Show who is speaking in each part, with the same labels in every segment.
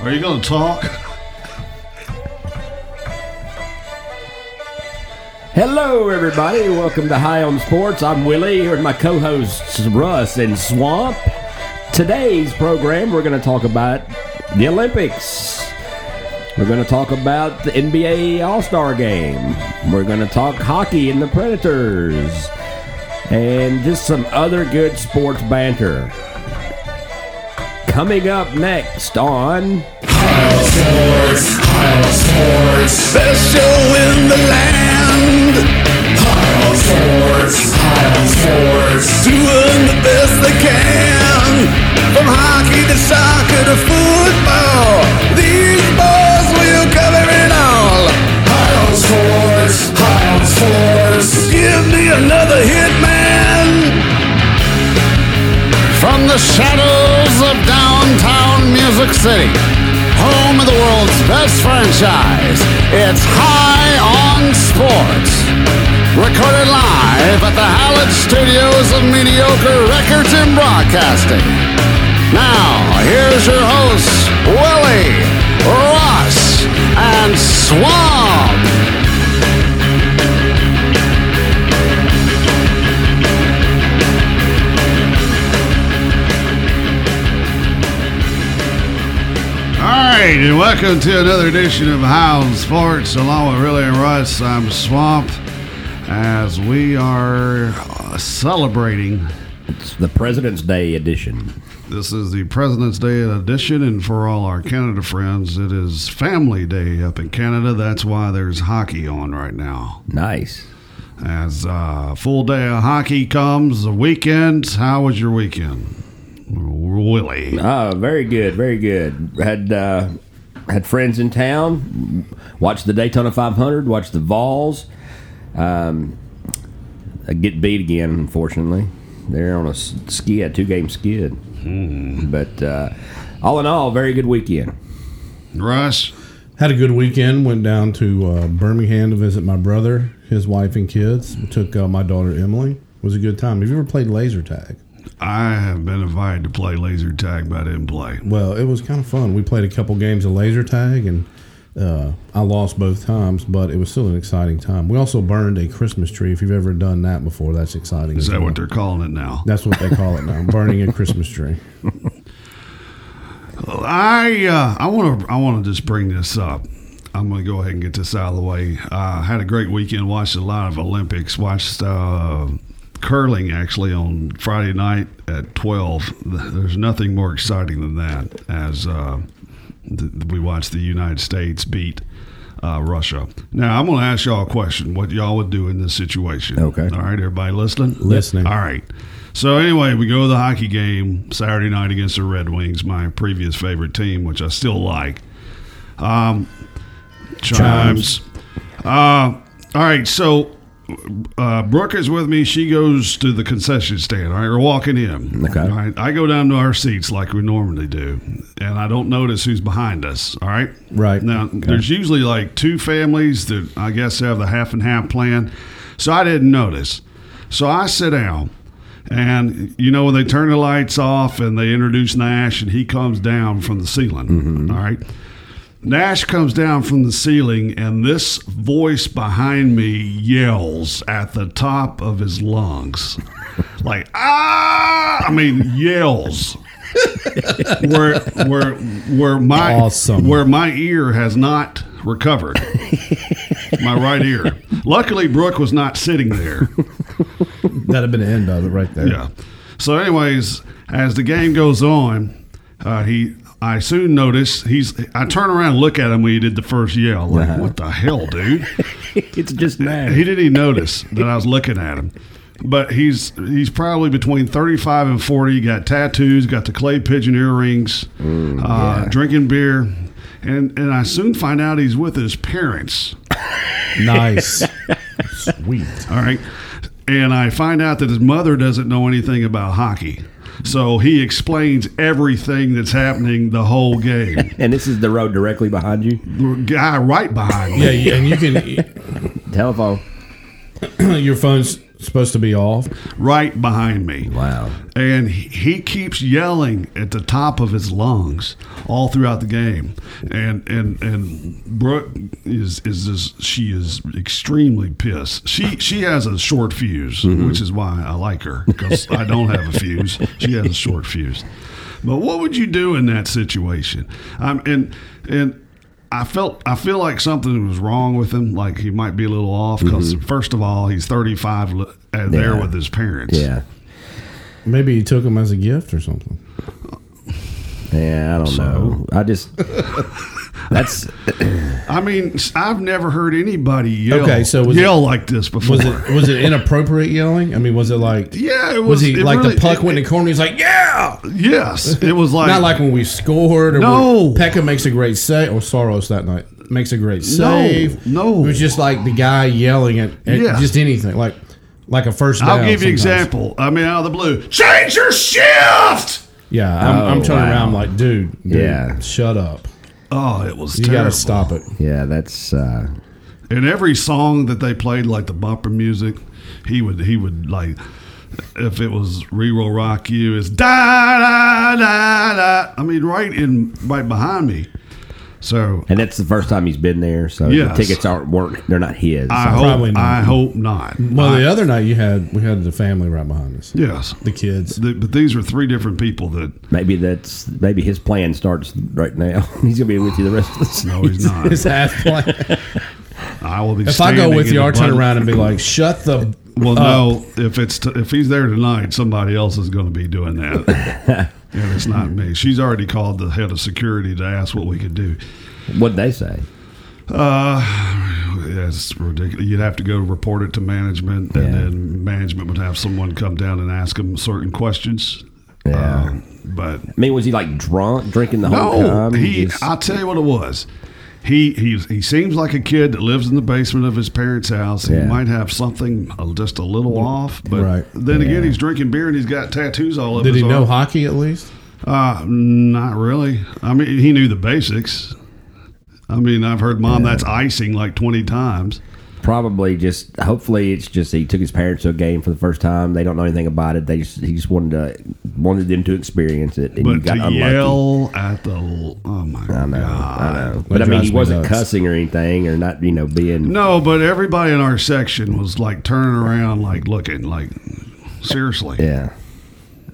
Speaker 1: Are you going to talk?
Speaker 2: Hello, everybody. Welcome to High on Sports. I'm Willie here with my co-hosts Russ and Swamp. Today's program, we're going to talk about the Olympics. We're going to talk about the NBA All-Star Game. We're going to talk hockey and the Predators, and just some other good sports banter. Coming up next on
Speaker 3: Special in the land. Pile Sports, Pile Sports, doing the best they can. From hockey to soccer to football, these boys will cover it all. Pile Sports, Pile Sports, give me another hit, man. From the shadows of downtown Music City, home of the world's best franchise, it's High on Sports. Recorded live at the Hallett Studios of Mediocre Records and Broadcasting. Now, here's your hosts, Willie, Ross, and Swamp.
Speaker 1: All right, and welcome to another edition of Hound Sports. Along with Really and Russ, I'm Swamp. As we are uh, celebrating,
Speaker 2: the President's Day edition.
Speaker 1: this is the President's Day edition, and for all our Canada friends, it is Family Day up in Canada. That's why there's hockey on right now.
Speaker 2: Nice.
Speaker 1: As uh, full day of hockey comes, the weekend. How was your weekend, Willie?
Speaker 2: Ah, very good, very good. Had uh, had friends in town. Watched the Daytona 500. Watched the Vols. Um, I get beat again, unfortunately. They're on a s- skid, two game skid. But uh, all in all, very good weekend.
Speaker 1: Russ,
Speaker 4: Had a good weekend. Went down to uh, Birmingham to visit my brother, his wife, and kids. Took uh, my daughter Emily. It was a good time. Have you ever played laser tag?
Speaker 1: I have been invited to play laser tag, but I didn't play.
Speaker 4: Well, it was kind of fun. We played a couple games of laser tag, and uh, I lost both times, but it was still an exciting time. We also burned a Christmas tree. If you've ever done that before, that's exciting.
Speaker 1: Is that what they're calling it now?
Speaker 4: That's what they call it now. burning a Christmas tree.
Speaker 1: I uh, I want to I want to just bring this up. I'm going to go ahead and get this out of the way. Uh, had a great weekend. Watched a lot of Olympics. Watched uh, curling actually on Friday night at 12. There's nothing more exciting than that. As uh, th- we watched the United States beat uh, Russia. Now I'm going to ask y'all a question. What y'all would do in this situation?
Speaker 2: Okay.
Speaker 1: All right, everybody listening.
Speaker 4: Listening.
Speaker 1: All right. So anyway, we go to the hockey game Saturday night against the Red Wings, my previous favorite team, which I still like. Um, chimes. Uh, all right. So uh, Brooke is with me. She goes to the concession stand. All right, we're walking in.
Speaker 2: Okay.
Speaker 1: All right. I go down to our seats like we normally do, and I don't notice who's behind us. All right.
Speaker 4: Right.
Speaker 1: Now, there's usually like two families that I guess have the half and half plan. So I didn't notice. So I sit down. And you know when they turn the lights off and they introduce Nash and he comes down from the ceiling. all right. Nash comes down from the ceiling and this voice behind me yells at the top of his lungs. like ah I mean yells. where where where my
Speaker 4: Awesome.
Speaker 1: where my ear has not recovered. my right ear. Luckily Brooke was not sitting there.
Speaker 4: That'd have been the end of it right there.
Speaker 1: Yeah. So, anyways, as the game goes on, uh, he I soon notice he's. I turn around and look at him when he did the first yell. Like, what the hell, dude?
Speaker 2: It's just
Speaker 1: he
Speaker 2: nice.
Speaker 1: didn't even notice that I was looking at him. But he's he's probably between thirty five and forty. He got tattoos, got the clay pigeon earrings, uh, drinking beer, and and I soon find out he's with his parents.
Speaker 4: Nice. Sweet.
Speaker 1: All right. And I find out that his mother doesn't know anything about hockey. So he explains everything that's happening the whole game.
Speaker 2: And this is the road directly behind you.
Speaker 1: Guy right behind me.
Speaker 4: Yeah, and you can
Speaker 2: Telephone.
Speaker 4: your phone's supposed to be off.
Speaker 1: right behind me.
Speaker 2: Wow.
Speaker 1: And he he keeps yelling at the top of his lungs all throughout the game. And and and Brooke is is this, she is extremely pissed. She she has a short fuse,
Speaker 2: Mm-hmm.
Speaker 1: which is why I like her because I don't have a fuse. She has a short fuse. But what would you do in that situation? Um, and and I felt I feel like something was wrong with him. Like he might be a little off because first of all, he's thirty five and there
Speaker 2: Mm-hmm. Yeah.
Speaker 1: with his parents.
Speaker 2: Yeah.
Speaker 4: Maybe he took them as a gift or something.
Speaker 2: Yeah, I don't know. I just that's
Speaker 1: I mean, s- I've never heard anybody yell,
Speaker 4: Okay, so was
Speaker 1: yell
Speaker 4: it-
Speaker 1: like this before.
Speaker 4: Was it was it inappropriate yelling? I mean, was it like
Speaker 1: Yeah, it
Speaker 4: was,
Speaker 1: was-
Speaker 4: he
Speaker 1: it
Speaker 4: like
Speaker 1: really-
Speaker 4: the puck
Speaker 1: it-
Speaker 4: went in the corner? He's like, yeah.
Speaker 1: yes, it was like,
Speaker 4: Not like when we scored or
Speaker 1: No.
Speaker 4: when Pekka makes a great save or Soros that night makes a great save.
Speaker 1: no.
Speaker 4: It was just like the guy yelling at, at
Speaker 1: Yeah.
Speaker 4: just anything like like a first down.
Speaker 1: I'll give you
Speaker 4: sometimes.
Speaker 1: example. I mean, out of the blue, change your shift.
Speaker 4: Yeah, I'm, I'm
Speaker 2: Oh,
Speaker 4: turning
Speaker 2: wow.
Speaker 4: around like, dude, dude,
Speaker 2: Yeah.
Speaker 4: shut up.
Speaker 1: Oh, it was
Speaker 4: You got
Speaker 1: terrible.
Speaker 4: to stop it.
Speaker 2: yeah, that's uh
Speaker 1: And every song that they played, like the bumper music, he would he would like. If it was reroll rock you is da da da da. I mean, right in right behind me. So
Speaker 2: and that's the first time he's been there, so
Speaker 1: Yes.
Speaker 2: the tickets aren't weren't they're not his.
Speaker 1: I
Speaker 2: so-
Speaker 1: hope
Speaker 4: Probably not.
Speaker 1: I hope not.
Speaker 4: Well,
Speaker 1: I-
Speaker 4: the other night you had we had the family right behind us,
Speaker 1: yes,
Speaker 4: the kids.
Speaker 1: Th- but these are three different people that
Speaker 2: Maybe that's maybe his plan starts right now. he's gonna be with you the rest of the season.
Speaker 1: no, he's not.
Speaker 4: It's half plan.
Speaker 1: I will be.
Speaker 4: If I go
Speaker 1: standing
Speaker 4: with
Speaker 1: in
Speaker 4: you,
Speaker 1: the
Speaker 4: I'll turn
Speaker 1: blood-
Speaker 4: around and be like, shut the.
Speaker 1: Well,
Speaker 4: up.
Speaker 1: no. If it's t- if he's there tonight, somebody else is going to be doing that, and it's not me. She's already called the head of security to ask what we could do.
Speaker 2: What'd they say?
Speaker 1: That's ridiculous. You'd have to go report it to management, and
Speaker 2: Yeah.
Speaker 1: then management would have someone come down and ask him certain questions.
Speaker 2: Yeah.
Speaker 1: Um, but
Speaker 2: I mean, was he like drunk, drinking the whole
Speaker 1: No,
Speaker 2: time?
Speaker 1: he.
Speaker 2: Just-
Speaker 1: I'll tell you what it was. He he he seems like a kid that lives in the basement of his parents' house.
Speaker 2: Yeah.
Speaker 1: He might have something uh, just a little off, but
Speaker 4: Right.
Speaker 1: then again, he's drinking beer and he's got tattoos all over.
Speaker 4: Did he
Speaker 1: his
Speaker 4: know
Speaker 1: arm.
Speaker 4: hockey at least?
Speaker 1: Uh, not really. I mean, he knew the basics. I mean, I've heard mom that's icing like twenty times.
Speaker 2: probably just hopefully it's just he took his parents to a game for the first time. They don't know anything about it. They just he just wanted to wanted them to experience it. And you
Speaker 1: But to
Speaker 2: got unlucky.
Speaker 1: yell at the l- oh my
Speaker 2: I know,
Speaker 1: god.
Speaker 2: I know. But I mean,
Speaker 4: drives
Speaker 2: he
Speaker 4: me
Speaker 2: wasn't
Speaker 4: nuts.
Speaker 2: cussing or anything, or not, you know, being.
Speaker 1: No, but everybody in our section was like turning around, like looking, like seriously.
Speaker 2: Yeah,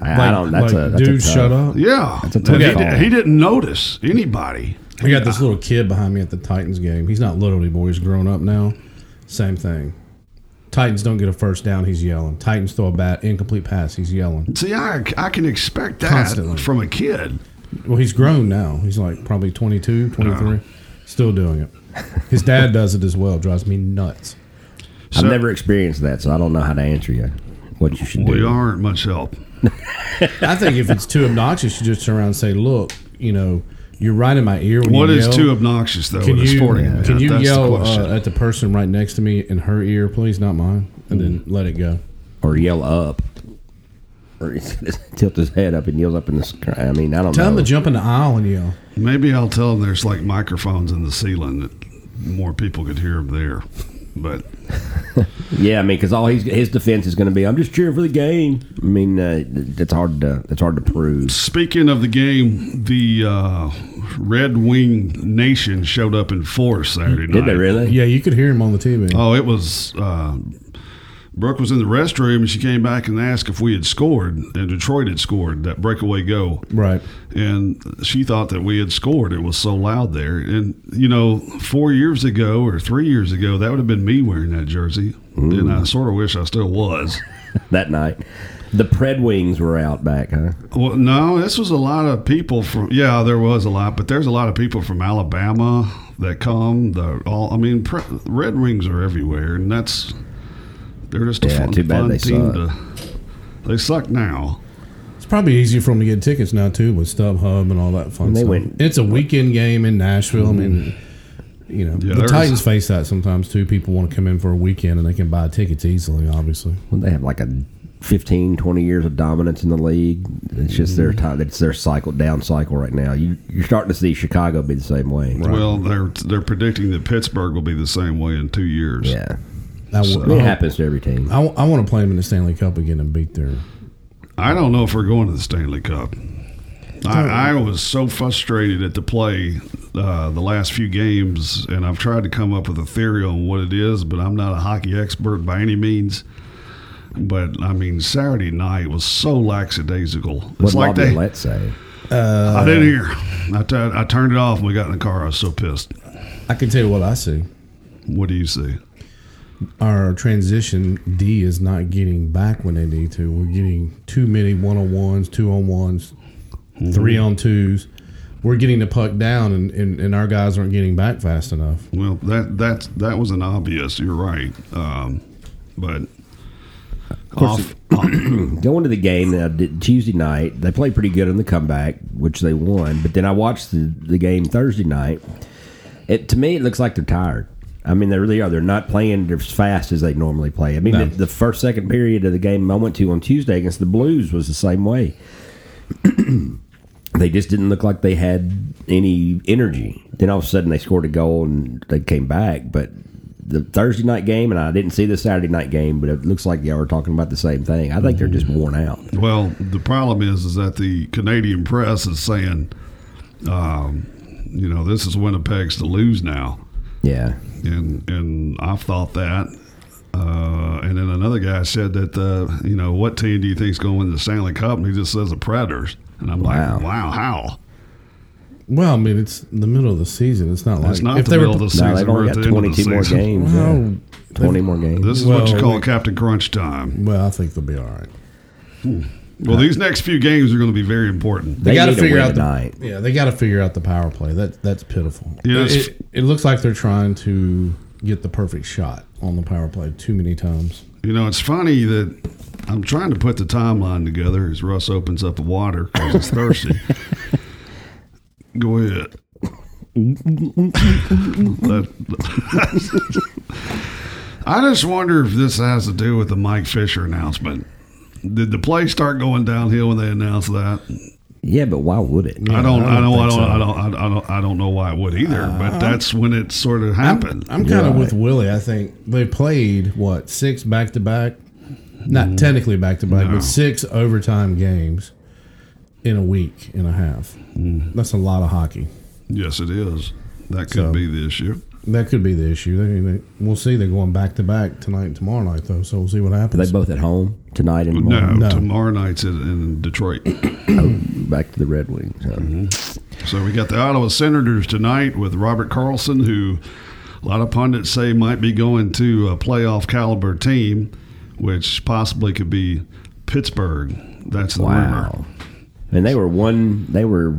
Speaker 2: I, I don't. That's
Speaker 4: like,
Speaker 2: a that's a
Speaker 4: dude,
Speaker 2: tough-
Speaker 4: shut up.
Speaker 1: Yeah.
Speaker 2: a tough
Speaker 1: And he,
Speaker 2: call.
Speaker 1: di- he didn't notice anybody.
Speaker 4: We got this little kid behind me at the Titans game. He's not little anymore. He's grown up now. Same thing. Titans don't get a first down. He's yelling. Titans throw a bat, incomplete pass. He's yelling.
Speaker 1: See, I, I can expect that
Speaker 4: Constantly.
Speaker 1: from a kid.
Speaker 4: Well, he's grown now. He's like probably 22, 23. Still doing it. His dad does it as well. Drives me nuts.
Speaker 2: I've
Speaker 1: So-
Speaker 2: never experienced that, so I don't know how to answer you. What you should
Speaker 1: We
Speaker 2: do.
Speaker 1: aren't much help.
Speaker 4: I think if it's too obnoxious, you just turn around and say, "Look, you know, you're right in my ear." When
Speaker 1: What
Speaker 4: you
Speaker 1: is
Speaker 4: yell.
Speaker 1: too obnoxious, though,
Speaker 4: Can
Speaker 1: with a
Speaker 4: you
Speaker 1: sporting event?
Speaker 4: can you
Speaker 1: That's
Speaker 4: yell
Speaker 1: the question.
Speaker 4: uh, at the person right next to me in her ear, please, not mine, and then let it go?
Speaker 2: or yell up, or he tilts his head up and yells up in the sky. I mean, I don't
Speaker 4: Tell
Speaker 2: know.
Speaker 4: them to jump in the aisle and yell.
Speaker 1: Maybe I'll tell them there's like microphones in the ceiling that more people could hear them there. But
Speaker 2: Yeah, I mean, because all he's, his defense is going to be, "I'm just cheering for the game." I mean, uh, that's hard to that's hard to prove.
Speaker 1: speaking of the game, the uh, Red Wing Nation showed up in force Saturday night.
Speaker 2: Did they really?
Speaker 4: Yeah, you could hear him on the TV.
Speaker 1: Oh, it was. Uh, Brooke was in the restroom and she came back and asked if we had scored, and Detroit had scored that breakaway goal.
Speaker 4: Right.
Speaker 1: And she thought that we had scored. It was so loud there. And, you know, four years ago or three years ago, that would have been me wearing that jersey. And I sort of wish I still was.
Speaker 2: That night, the Pred Wings were out back, huh?
Speaker 1: Well, no, this was a lot of people from. Yeah, there was a lot, but there's a lot of people from Alabama that come. The all, I mean, pre, Red Wings are everywhere, and that's they're just a
Speaker 2: Yeah,
Speaker 1: fun,
Speaker 2: too bad
Speaker 1: fun
Speaker 2: they
Speaker 1: team.
Speaker 2: suck.
Speaker 1: To, they suck now.
Speaker 4: It's probably easier for him to get tickets now too with StubHub and all that fun
Speaker 2: they
Speaker 4: stuff.
Speaker 2: went-
Speaker 4: it's a weekend game in Nashville. I mean, you know, the
Speaker 1: there's-
Speaker 4: Titans face that sometimes too. People want to come in for a weekend and they can buy tickets easily. Obviously,
Speaker 2: Well, they have like a 15, 20 years of dominance in the league. It's just their
Speaker 4: Mm-hmm.
Speaker 2: time. It's their cycle down cycle right now. You you're starting to see Chicago be the same way.
Speaker 1: Well, they're they're predicting that Pittsburgh will be the same way in two years.
Speaker 2: Yeah.
Speaker 4: I, w-
Speaker 2: It happens to every team.
Speaker 4: I, want to play them in the Stanley Cup again and beat their.
Speaker 1: I don't know if we're going to the Stanley Cup. I, I was so frustrated at the play uh, the last few games, and I've tried to come up with a theory on what it is, but I'm not a hockey expert by any means. But I mean, Saturday night was so lackadaisical.
Speaker 2: What
Speaker 1: It's like
Speaker 2: Bob
Speaker 1: they,
Speaker 2: Millette say?
Speaker 1: I didn't hear. I tu- I turned it off when we got in the car. I was so pissed.
Speaker 4: I can tell you what I see.
Speaker 1: What do you see?
Speaker 4: Our transition D is not getting back when they need to. We're getting too many one on ones, two on ones,
Speaker 1: Mm-hmm.
Speaker 4: three on twos. We're getting the puck down, and, and, and our guys aren't getting back fast enough.
Speaker 1: Well, that that that was an obvious. You're right, um, but off,
Speaker 2: Going to the game now, did- Tuesday night, they played pretty good on the comeback, which they won. But then I watched the, the game Thursday night. It to me, it looks like they're tired. I mean, they really are. They're not playing as fast as they normally play. I mean, the, the first second period of the game I went to on Tuesday against the Blues was the same way. they just didn't look like they had any energy. Then all of a sudden they scored a goal and they came back. But the Thursday night game, and I didn't see the Saturday night game, but it looks like y'all were talking about the same thing. I think they're just worn out.
Speaker 1: Well, the problem is, is that the Canadian press is saying, um, you know, this is Winnipeg's to lose now,
Speaker 2: Yeah.
Speaker 1: and and I've thought that. Uh, and then another guy said that, uh, you know, what team do you think's going to win the Stanley Cup? And he just says the Predators, and I'm
Speaker 2: Wow.
Speaker 1: like, wow, how?
Speaker 4: Well, I mean, it's the middle of the season. It's not like
Speaker 1: It's not
Speaker 4: if
Speaker 1: the
Speaker 4: they were
Speaker 1: middle of the season.
Speaker 2: No, they've
Speaker 1: we're
Speaker 2: only
Speaker 1: at
Speaker 2: got
Speaker 1: the end of the
Speaker 2: 22 more
Speaker 1: season.
Speaker 2: games. yeah.
Speaker 4: Well,
Speaker 2: 20 more games.
Speaker 1: This is what you
Speaker 4: Well,
Speaker 1: call
Speaker 4: we-
Speaker 1: Captain Crunch time.
Speaker 4: Well, I think they'll be all right.
Speaker 1: Well, these next few games are going to be very important.
Speaker 2: they
Speaker 4: gotta
Speaker 2: need to
Speaker 4: figure
Speaker 2: win
Speaker 4: out the-
Speaker 2: tonight.
Speaker 4: Yeah, they got to figure out the power play. That that's pitiful.
Speaker 1: Yeah,
Speaker 4: it,
Speaker 1: it's-
Speaker 4: it- it looks like they're trying to get the perfect shot on the power play too many times.
Speaker 1: You know, it's funny that I'm trying to put the timeline together as Russ opens up a water because he's thirsty. Go ahead. That- I just wonder if this has to do with the Mike Fisher announcement. Did the play start going downhill when they announced that?
Speaker 2: Yeah, but why would it?
Speaker 1: I don't, I don't, I don't, I don't, I don't, I don't, I don't know why it would either. but that's when it sort of happened.
Speaker 4: I'm kind of with Willie. I think they played what six back to back,
Speaker 2: Mm-hmm.
Speaker 4: not technically back to back,
Speaker 1: No.
Speaker 4: but six overtime games in a week and a half.
Speaker 2: Mm.
Speaker 4: That's a lot of hockey.
Speaker 1: yes, it is. That could
Speaker 4: So-
Speaker 1: be the issue.
Speaker 4: That could be the issue. They, they, we'll see. They're going back to back tonight and tomorrow night, though. So we'll see what
Speaker 2: Are
Speaker 4: happens.
Speaker 2: they both at home tonight and
Speaker 1: No,
Speaker 2: tomorrow?
Speaker 4: No.
Speaker 1: tomorrow night's in, in Detroit.
Speaker 2: back to the Red Wings. Oh, huh?
Speaker 1: Mm-hmm. So we got the Ottawa Senators tonight with Robert Carlson, who a lot of pundits say might be going to a playoff caliber team, which possibly could be Pittsburgh. That's the
Speaker 2: Wow. And they were one they were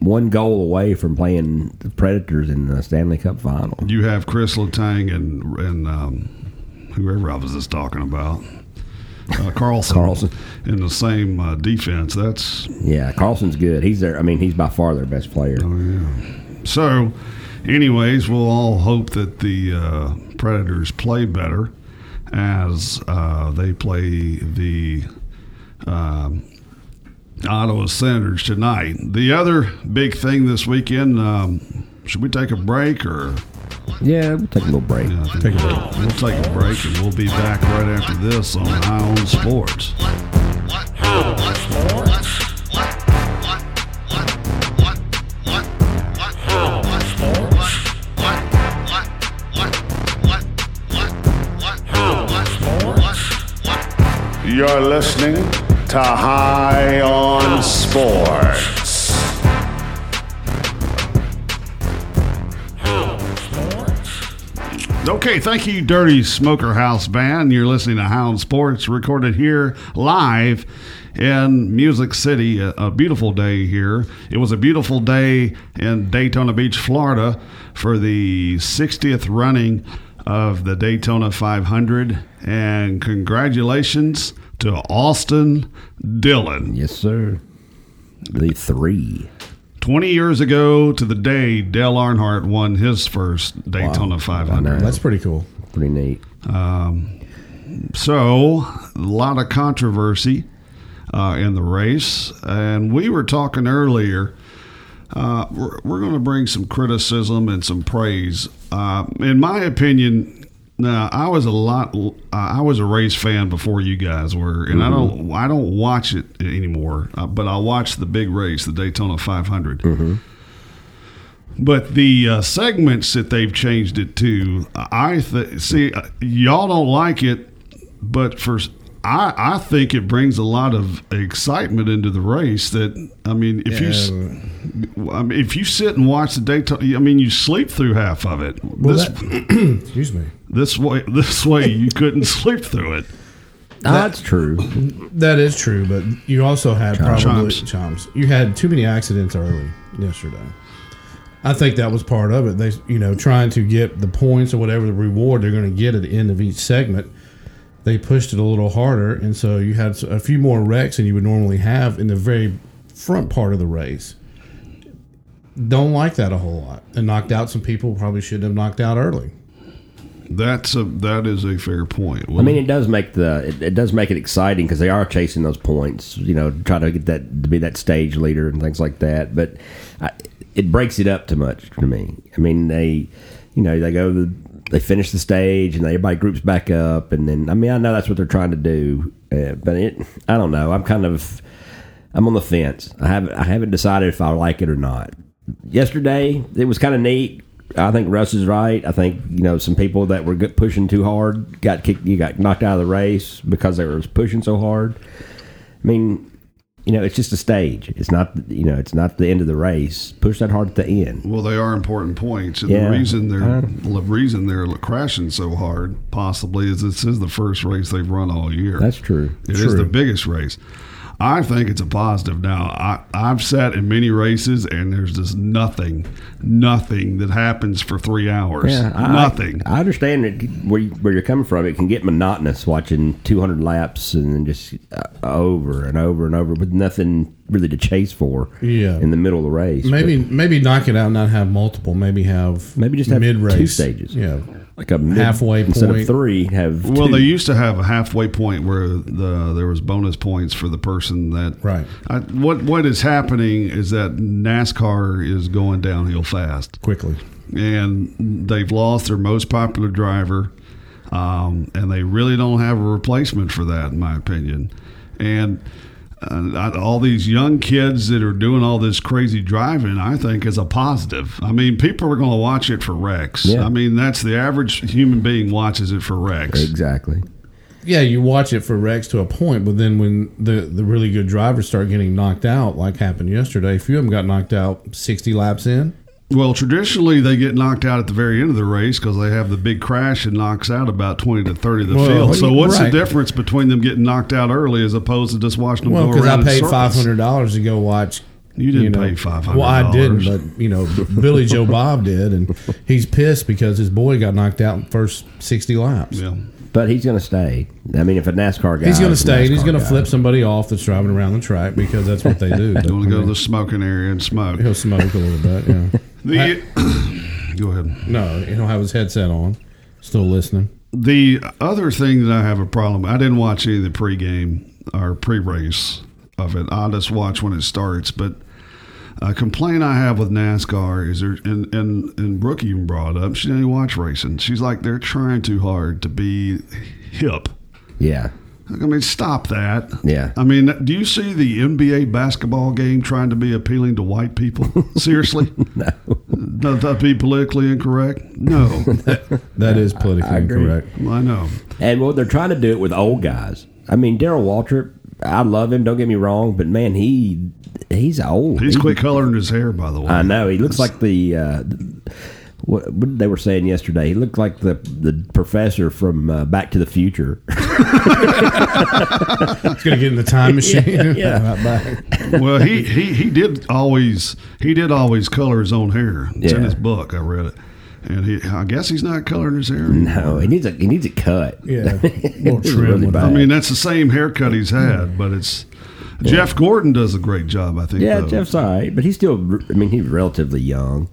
Speaker 2: one goal away from playing the Predators in the Stanley Cup final.
Speaker 1: rumor. You have Chris Letang and and um, whoever I was just talking about. Uh, Carlson,
Speaker 2: Carlson.
Speaker 1: in the same uh, defense. That's
Speaker 2: Yeah, Carlson's good. He's there. I mean, he's by far their best player.
Speaker 1: So, anyways, we'll all hope that the uh, Predators play better as uh, they play the um, Ottawa Senators tonight. The other big thing this weekend. Um, should we take a break or
Speaker 2: Yeah, we'll take a little break.
Speaker 1: I think We'll take a break and we'll be back right after this on High on Sports.
Speaker 3: You're listening to High on Sports.
Speaker 1: Okay, thank you, Dirty Smoker House Band. You're listening to Hound Sports, recorded here live in Music City. A, a beautiful day here. It was a beautiful day in Daytona Beach, Florida, for the 60th running of the Daytona 500. And congratulations to Austin Dillon.
Speaker 2: Yes, sir. The three.
Speaker 1: 20 years ago to the day, Dale Earnhardt won his first Daytona 500.
Speaker 4: That's pretty cool.
Speaker 2: Pretty neat.
Speaker 1: So, a lot of controversy uh, in the race. And we were talking earlier, uh, we're, we're going to bring some criticism and some praise. Uh, in my opinion, No, I was a lot. uh, I was a Rays fan before you guys were, and I don't. I don't watch it anymore. Uh, but I watch the big race, the Daytona 500. But the uh, segments that they've changed it to, I th- see. Uh, y'all don't like it, but for s- I, I think it brings a lot of excitement into the race. That I mean, if you s-
Speaker 4: Yeah.
Speaker 1: I mean, if you sit and watch the Daytona, I mean, you sleep through half of it.
Speaker 4: Well,
Speaker 1: this
Speaker 4: that- excuse me.
Speaker 1: this way this way you couldn't sleep through it
Speaker 2: That's true.
Speaker 4: That is true, but you also had probably
Speaker 1: Chomps.
Speaker 4: chomps. You had too many accidents early yesterday. I think that was part of it. They, you know, trying to get the points or whatever the reward they're going to get at the end of each segment. They pushed it a little harder, and so you had a few more wrecks than you would normally have in the very front part of the race. Don't like that a whole lot, and knocked out some people probably shouldn't have knocked out early.
Speaker 1: that's a that is a fair point
Speaker 2: I mean, it does make the it, it does make it exciting because they are chasing those points. You know, try to get that to be that stage leader and things like that. But I, it breaks it up too much to me. I mean, they you know they go the, they finish the stage and everybody groups back up, and then I mean I know that's what they're trying to do, uh, but it I don't know. I'm kind of I'm on the fence. I haven't I haven't decided if I like it or not. Yesterday it was kind of neat. I think Russ is right. I think you know some people that were good, pushing too hard got kicked. You got knocked out of the race because they were pushing so hard. I mean, you know, it's just a stage. It's not you know it's not the end of the race. Push that hard at the end.
Speaker 1: well they are important points and
Speaker 2: Yeah.
Speaker 1: the reason they're
Speaker 2: Uh.
Speaker 1: the reason they're crashing so hard possibly is this is the first race they've run all year
Speaker 2: That's true.
Speaker 1: It is the biggest race. I think it's a positive. Now, I, I've sat in many races, and there's just nothing, nothing that happens for three hours.
Speaker 2: Yeah, I-
Speaker 1: nothing.
Speaker 2: I, understand it, where, you, where you're coming from. It can get monotonous watching 200 laps and then just uh, over and over and over with nothing really to chase for.
Speaker 4: Yeah.
Speaker 2: in the middle of the race,
Speaker 4: Maybe, maybe knock it out, and not have multiple. Maybe have
Speaker 2: But maybe just have
Speaker 4: mid-race.
Speaker 2: two stages.
Speaker 4: Yeah,
Speaker 2: like a mid,
Speaker 4: Halfway
Speaker 2: instead of
Speaker 4: point.
Speaker 2: three. Have
Speaker 1: Well,
Speaker 2: two.
Speaker 1: they used to have a halfway point where the there was bonus points for the person that
Speaker 4: Right.
Speaker 1: I, what what is happening is that NASCAR is going downhill fast,
Speaker 4: quickly.
Speaker 1: and they've lost their most popular driver, um, and they really don't have a replacement for that, in my opinion, and. Uh, all these young kids that are doing all this crazy driving, I think, is a positive. I mean, people are going to watch it for Rex.
Speaker 2: Yeah.
Speaker 1: I mean, that's the average human being watches it for Rex.
Speaker 2: exactly.
Speaker 4: yeah, you watch it for Rex to a point, but then when the the really good drivers start getting knocked out, like happened yesterday, a few of them got knocked out sixty laps in.
Speaker 1: Well, traditionally they get knocked out at the very end of the race because they have the big crash and knocks out about twenty to thirty of the
Speaker 4: Well,
Speaker 1: field. So what's
Speaker 4: right.
Speaker 1: the difference between them getting knocked out early as opposed to just watching them
Speaker 4: Well,
Speaker 1: go
Speaker 4: because
Speaker 1: around?
Speaker 4: I
Speaker 1: in
Speaker 4: paid
Speaker 1: circles?
Speaker 4: five hundred dollars to go watch.
Speaker 1: You didn't
Speaker 4: know-
Speaker 1: pay $500.
Speaker 4: Well, I didn't, but you know, Billy Joe Bob did, and he's pissed because his boy got knocked out in the first sixty laps.
Speaker 1: Yeah.
Speaker 2: But he's going to stay. I mean, if a NASCAR guy,
Speaker 4: He's going to
Speaker 2: is a
Speaker 4: stay. and He's
Speaker 2: NASCAR
Speaker 4: going to
Speaker 2: guy.
Speaker 4: flip somebody off that's driving around the track because that's what they do.
Speaker 1: You want to go to the smoking area and smoke.
Speaker 4: He'll smoke a little bit. Yeah.
Speaker 1: The, go ahead.
Speaker 4: No, he'll have his headset on, still listening.
Speaker 1: The other thing that I have a problem, I didn't watch any of the pregame or pre-race of it. I just watch when it starts. But a complaint I have with NASCAR is there, and and and Brooke even brought up she didn't watch racing. She's like they're trying too hard to be hip.
Speaker 2: Yeah,
Speaker 1: I mean, stop that.
Speaker 2: Yeah.
Speaker 1: I mean, do you see the NBA basketball game trying to be appealing to white people? Seriously? no. Does that be politically incorrect? No.
Speaker 4: That is politically
Speaker 2: I agree.
Speaker 4: incorrect.
Speaker 1: I know.
Speaker 2: and well, they're trying to do it with old guys. I mean, Daryl Waltrip. I love him. Don't get me wrong, but man, he he's old.
Speaker 1: He's
Speaker 2: He-
Speaker 1: quit coloring his hair, by the way.
Speaker 2: I know he looks like the uh, what, what they were saying yesterday. He looked like the the professor from uh, Back to the Future.
Speaker 4: It's gonna get in the time machine.
Speaker 2: yeah.
Speaker 4: Right back.
Speaker 1: well, he, he he did always he did always color his own hair. It's in
Speaker 2: Yeah.
Speaker 1: his book. I read it, and he I guess he's not coloring his hair. anymore.
Speaker 2: no, he needs a he needs a cut.
Speaker 4: Yeah. More
Speaker 2: It's
Speaker 4: trim.
Speaker 2: really
Speaker 4: with-
Speaker 1: I
Speaker 2: bad.
Speaker 1: mean that's the same haircut he's had, but it's Jeff Gordon does a great job. I think.
Speaker 2: yeah,
Speaker 1: though.
Speaker 2: Jeff's all right, but he's still. I mean, he's relatively young.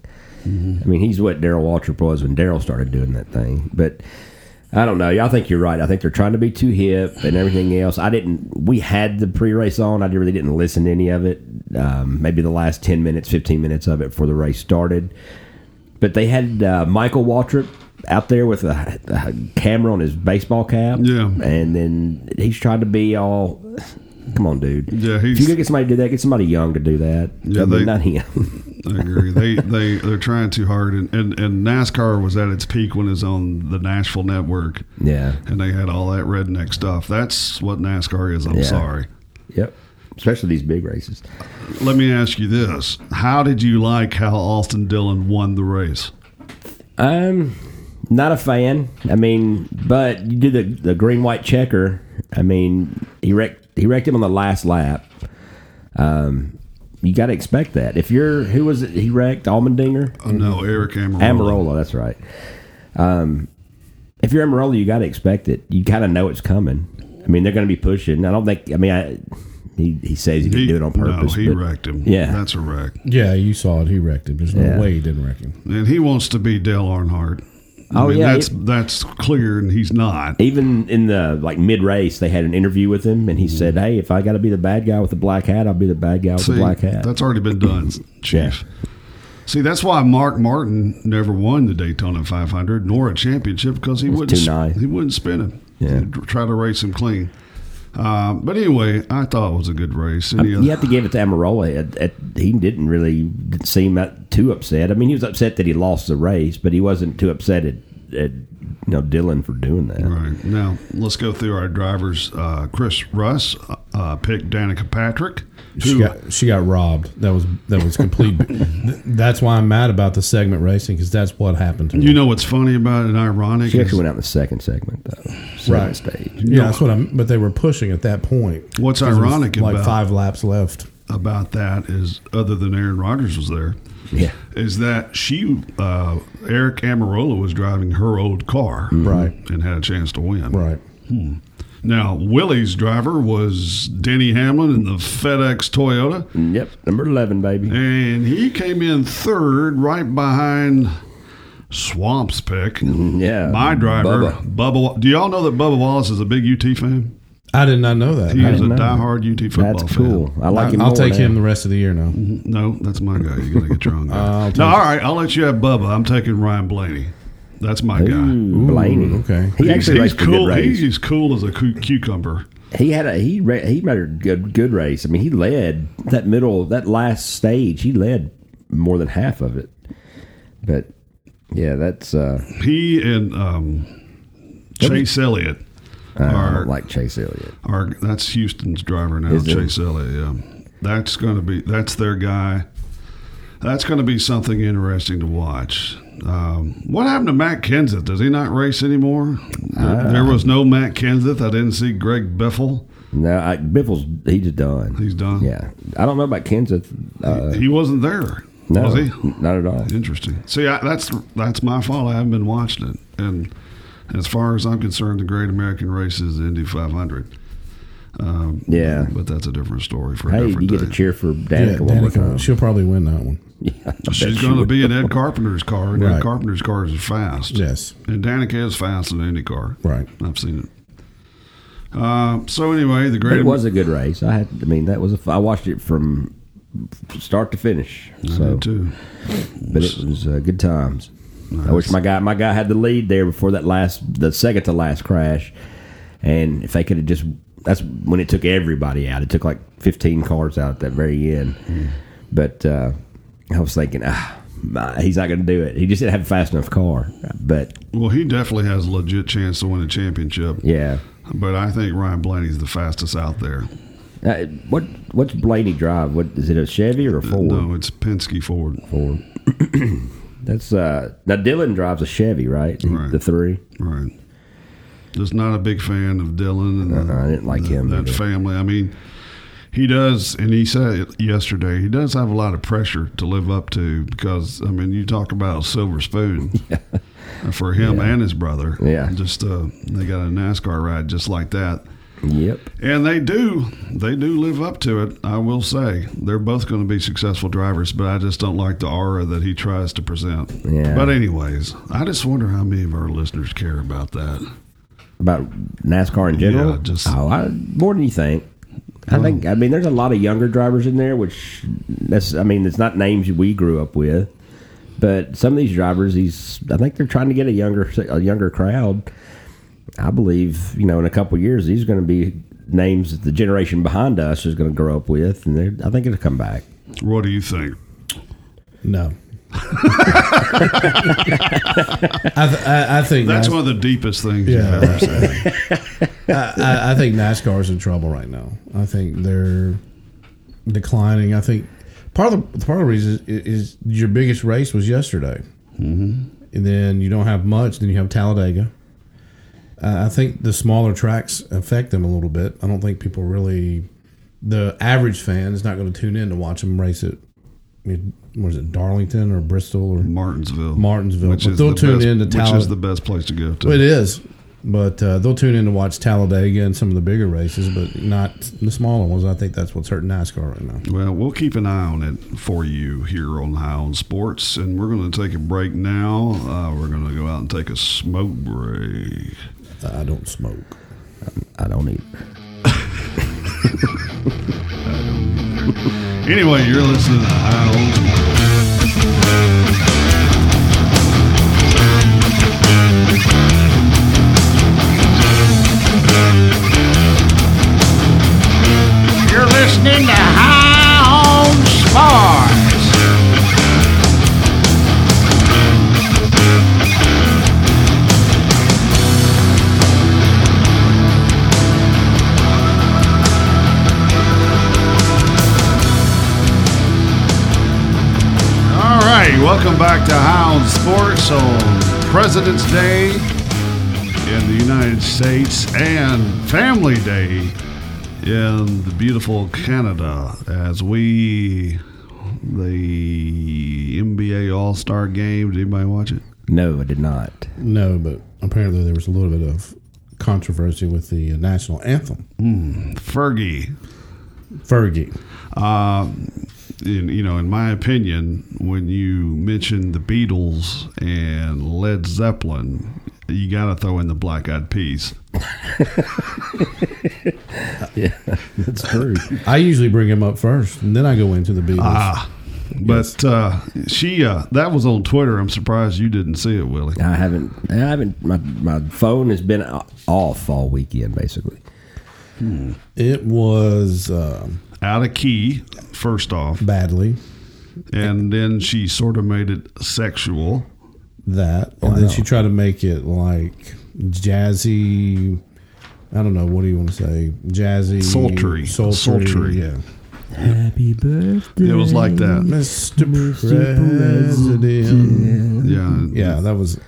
Speaker 1: Mm-hmm.
Speaker 2: I mean, he's what Daryl Waltrip was when Daryl started doing that thing. But I don't know. I think you're right. I think they're trying to be too hip and everything else. I didn't. We had the pre-race on. I really didn't listen to any of it. Um, maybe the last ten minutes, fifteen minutes of it before the race started. But they had uh, Michael Waltrip out there with a, a camera on his baseball cap.
Speaker 1: Yeah.
Speaker 2: and then he's tried to be all. Come on, dude.
Speaker 1: Yeah,
Speaker 2: if
Speaker 1: he's-
Speaker 2: you could get somebody to do that, get somebody young to do that.
Speaker 1: Yeah,
Speaker 2: I mean,
Speaker 1: they-
Speaker 2: not him.
Speaker 1: I agree. They they they're trying too hard, and, and and NASCAR was at its peak when it was on the Nashville Network,
Speaker 2: yeah,
Speaker 1: and they had all that redneck stuff. That's what NASCAR is. I'm
Speaker 2: Yeah.
Speaker 1: sorry.
Speaker 2: yep. Especially these big races.
Speaker 1: Let me ask you this: How did you like how Austin Dillon won the race?
Speaker 2: Um, not a fan. I mean, but you do the the green white checker. I mean, he wrecked he wrecked him on the last lap. Um, you got to expect that. If you're who was it? He wrecked Almendinger,
Speaker 1: Oh, no, Eric Amarola.
Speaker 2: Mm-hmm. Amarola. That's right. Um, if you're Amarola, you got to expect it. You kind of know it's coming. I mean, they're going to be pushing. I don't think. I mean, I he, he says he didn't
Speaker 1: He,
Speaker 2: do it on purpose.
Speaker 1: no, he
Speaker 2: but-
Speaker 1: wrecked him.
Speaker 2: Yeah.
Speaker 1: that's a wreck,
Speaker 4: Yeah, you saw it. He wrecked him. There's no
Speaker 2: Yeah.
Speaker 4: way he didn't wreck him.
Speaker 1: and he wants to be Dale Earnhardt. I
Speaker 2: Oh, yeah,
Speaker 1: that's
Speaker 2: he-
Speaker 1: that's clear, and he's not.
Speaker 2: even in the like mid race, they had an interview with him, and he said, "Hey, if I got to be the bad guy with the black hat, I'll be the bad guy with
Speaker 1: See,
Speaker 2: the black hat."
Speaker 1: That's already been done, Chief. See, that's why Mark Martin never won the Daytona 500 nor a championship because he wouldn't
Speaker 2: too nice.
Speaker 1: he wouldn't spin him.
Speaker 2: Yeah.
Speaker 1: He'd try to race him clean. Uh, but anyway, I thought it was a good race. And he-
Speaker 2: You have to give it to Amarola. At, at, he didn't really seem that too upset. I mean, he was upset that he lost the race, but he wasn't too upset at, at you know Dylan for doing that.
Speaker 1: Right now, let's go through our drivers. Uh, Chris Russ uh, uh, picked Danica Patrick.
Speaker 4: She got she got robbed. That was that was complete. th- that's why I'm mad about the segment racing because that's what happened to
Speaker 1: You
Speaker 4: me.
Speaker 1: know what's funny about it and ironic?
Speaker 2: She
Speaker 1: is-
Speaker 2: actually went out in the second segment, though. Second
Speaker 4: Right.
Speaker 2: stage.
Speaker 4: Yeah, that's what I'm. But they were pushing at that point.
Speaker 1: What's
Speaker 4: 'Cause there was
Speaker 1: ironic
Speaker 4: like
Speaker 1: about-
Speaker 4: five laps left.
Speaker 1: about that is, other than Aaron Rodgers was there,
Speaker 2: Yeah.
Speaker 1: is that she uh, Eric Amarola was driving her old car,
Speaker 2: Mm-hmm.
Speaker 4: Right.
Speaker 1: and had a chance to win.
Speaker 4: Right.
Speaker 1: Now Willie's driver was Denny Hamlin in the FedEx Toyota,
Speaker 2: Yep. Number eleven, baby.
Speaker 1: and he came in third, right behind Swamp's pick.
Speaker 2: Mm-hmm. Yeah.
Speaker 1: My driver,
Speaker 2: Bubba.
Speaker 1: Bubba. Wa- Do y'all know that Bubba Wallace is a big UT fan?
Speaker 4: I did not know that.
Speaker 1: He is a
Speaker 2: didn't know.
Speaker 1: diehard UT football
Speaker 2: That's
Speaker 1: fan.
Speaker 2: cool. I like him.
Speaker 4: I'll
Speaker 2: more
Speaker 4: take
Speaker 2: now.
Speaker 4: him the rest of the year now.
Speaker 1: No, that's my guy. You're gonna get your own
Speaker 2: Uh,
Speaker 1: guy.
Speaker 4: I'll
Speaker 1: no, all right, I'll let you have Bubba. I'm taking Ryan Blaney. That's my guy.
Speaker 2: Ooh, Blaney.
Speaker 4: okay.
Speaker 2: He
Speaker 1: He's,
Speaker 2: actually
Speaker 1: he's
Speaker 2: raced a good
Speaker 1: cool.
Speaker 2: race.
Speaker 1: He's as cool as a cu- cucumber.
Speaker 2: He had a he ra- he made a good good race. I mean, he led that middle that last stage. He led more than half of it. But yeah, that's uh,
Speaker 1: He and um, Chase Elliott
Speaker 2: I
Speaker 1: are
Speaker 2: don't like Chase Elliott.
Speaker 1: are that's Houston's driver now,
Speaker 2: Is it?
Speaker 1: Chase Elliott. Yeah, that's going to be that's their guy. That's going to be something interesting to watch. Um, what happened to Matt Kenseth? Does he not race anymore? There,
Speaker 2: Uh,
Speaker 1: there was no Matt Kenseth. I didn't see Greg Biffle.
Speaker 2: No, I, Biffle's he's done.
Speaker 1: He's done.
Speaker 2: Yeah, I don't know about Kenseth. Uh,
Speaker 1: he wasn't there.
Speaker 2: no,
Speaker 1: Was he?
Speaker 2: not at all.
Speaker 1: Interesting. See, I, that's that's my fault. I haven't been watching it. And as far as I'm concerned, the Great American Race is the Indy 500. Um,
Speaker 2: Yeah.
Speaker 1: but that's a different story for a
Speaker 2: Hey, you
Speaker 1: different
Speaker 2: get
Speaker 1: day.
Speaker 2: to cheer for
Speaker 4: Yeah,
Speaker 2: Danica one more time.
Speaker 4: Danica, she'll probably win that one.
Speaker 2: Yeah, I bet
Speaker 1: She's
Speaker 2: she
Speaker 1: going to
Speaker 2: would.
Speaker 1: be in Ed Carpenter's car, and Ed
Speaker 4: Right.
Speaker 1: Carpenter's car is fast.
Speaker 4: Yes.
Speaker 1: And Danica is fast in any car.
Speaker 4: Right.
Speaker 1: I've seen it. Uh, so anyway, the
Speaker 2: But
Speaker 1: Great
Speaker 2: it was a good race. I had, I mean, that was a f I watched it from start to finish. So
Speaker 1: Me too.
Speaker 2: but it was uh, good times. I wish my guy my guy had the lead there before that last the second to last crash, and if they could have just that's when it took everybody out. It took like fifteen cars out at that very end.
Speaker 1: Hmm.
Speaker 2: But uh, I was thinking, ah, my, he's not going to do it. He just didn't have a fast enough car. But
Speaker 1: Well, he definitely has a legit chance to win a championship.
Speaker 2: yeah,
Speaker 1: But I think Ryan Blaney's the fastest out there.
Speaker 2: uh, what what's Blaney drive? What is it a Chevy or a Ford?
Speaker 1: No, it's Penske Ford.
Speaker 2: Ford. that's uh, now Dylan drives a Chevy, right?
Speaker 1: Right.
Speaker 2: The three.
Speaker 1: Right. Just not a big fan of Dylan and
Speaker 2: Uh-uh, I didn't like
Speaker 1: the-
Speaker 2: him
Speaker 1: That
Speaker 2: either.
Speaker 1: family. I mean, he does, and he said it yesterday. He does have a lot of pressure to live up to because I mean, you talk about a silver spoon for him and his brother.
Speaker 2: Yeah.
Speaker 1: just uh, they got a NASCAR ride just like that.
Speaker 2: Yep.
Speaker 1: And they do, they do live up to it. I will say they're both going to be successful drivers, but I just don't like the aura that he tries to present.
Speaker 2: Yeah.
Speaker 1: But anyways, I just wonder how many of our listeners care about that.
Speaker 2: about NASCAR in general?
Speaker 1: Yeah, just-
Speaker 2: oh, I, more than you think. I think. I mean, there's a lot of younger drivers in there, which that's. I mean, it's not names we grew up with, But some of these drivers, these I think they're trying to get a younger a younger crowd. I believe you know in a couple of years these are going to be names that the generation behind us is going to grow up with, and they're, I think it'll come back.
Speaker 1: What do you think?
Speaker 4: No. I, th- I, I think
Speaker 1: That's
Speaker 4: NAS-
Speaker 1: one of the deepest things.
Speaker 4: Yeah.
Speaker 1: I've ever said.
Speaker 4: I, I think NASCAR's in trouble right now. I think they're declining. I think part of the part of the reason is, is your biggest race was yesterday, mm-hmm. and then you don't have much. Then you have Talladega. Uh, I think the smaller tracks affect them a little bit. I don't think people really. The average fan is not going to tune in to watch them race at, I mean, what is it, Darlington or Bristol or
Speaker 1: Martinsville.
Speaker 4: Martinsville.
Speaker 1: Which
Speaker 4: But
Speaker 1: is,
Speaker 4: they'll
Speaker 1: the
Speaker 4: tune
Speaker 1: best,
Speaker 4: in to
Speaker 1: which is
Speaker 4: Talladega.
Speaker 1: the best place to go to.
Speaker 4: It is, but uh, they'll tune in to watch Talladega and some of the bigger races, but not the smaller ones. I think that's what's hurting NASCAR right now.
Speaker 1: Well, we'll keep an eye on it for you here on High on Sports, and we're going to take a break now. Uh, we're going to go out and take a smoke break.
Speaker 4: I don't smoke.
Speaker 2: I don't e, either.
Speaker 1: Anyway, you're listening to High on Sports.
Speaker 3: You're listening to High on Sports.
Speaker 1: All right, welcome back to Hound Sports on President's Day in the United States and Family Day in the beautiful Canada as we the NBA All Star Game. Did anybody watch it?
Speaker 2: No, I did not.
Speaker 4: No, but apparently there was a little bit of controversy with the uh, national anthem.
Speaker 1: Fergie,
Speaker 4: Fergie.
Speaker 1: in, you know, in my opinion, when you mention the Beatles and Led Zeppelin, you got to throw in the Black Eyed Peas.
Speaker 2: That's true.
Speaker 4: I usually bring him up first, and then I go into the Beatles.
Speaker 1: But uh, she uh, that was on Twitter. I'm surprised you didn't see it, Willie.
Speaker 2: I haven't. I haven't. My my phone has been o- off all weekend basically.
Speaker 4: it was um
Speaker 1: Out of key, first off,
Speaker 4: badly
Speaker 1: and then she sort of made it sexual.
Speaker 4: that, and then she tried to make it like jazzy. I don't know. What do you want to say? Jazzy,
Speaker 1: Sultry.
Speaker 4: sultry,
Speaker 1: Sultry.
Speaker 4: yeah.
Speaker 2: Happy birthday.
Speaker 1: It was like that.
Speaker 4: Mr. President.
Speaker 1: Yeah,
Speaker 4: Yeah, that was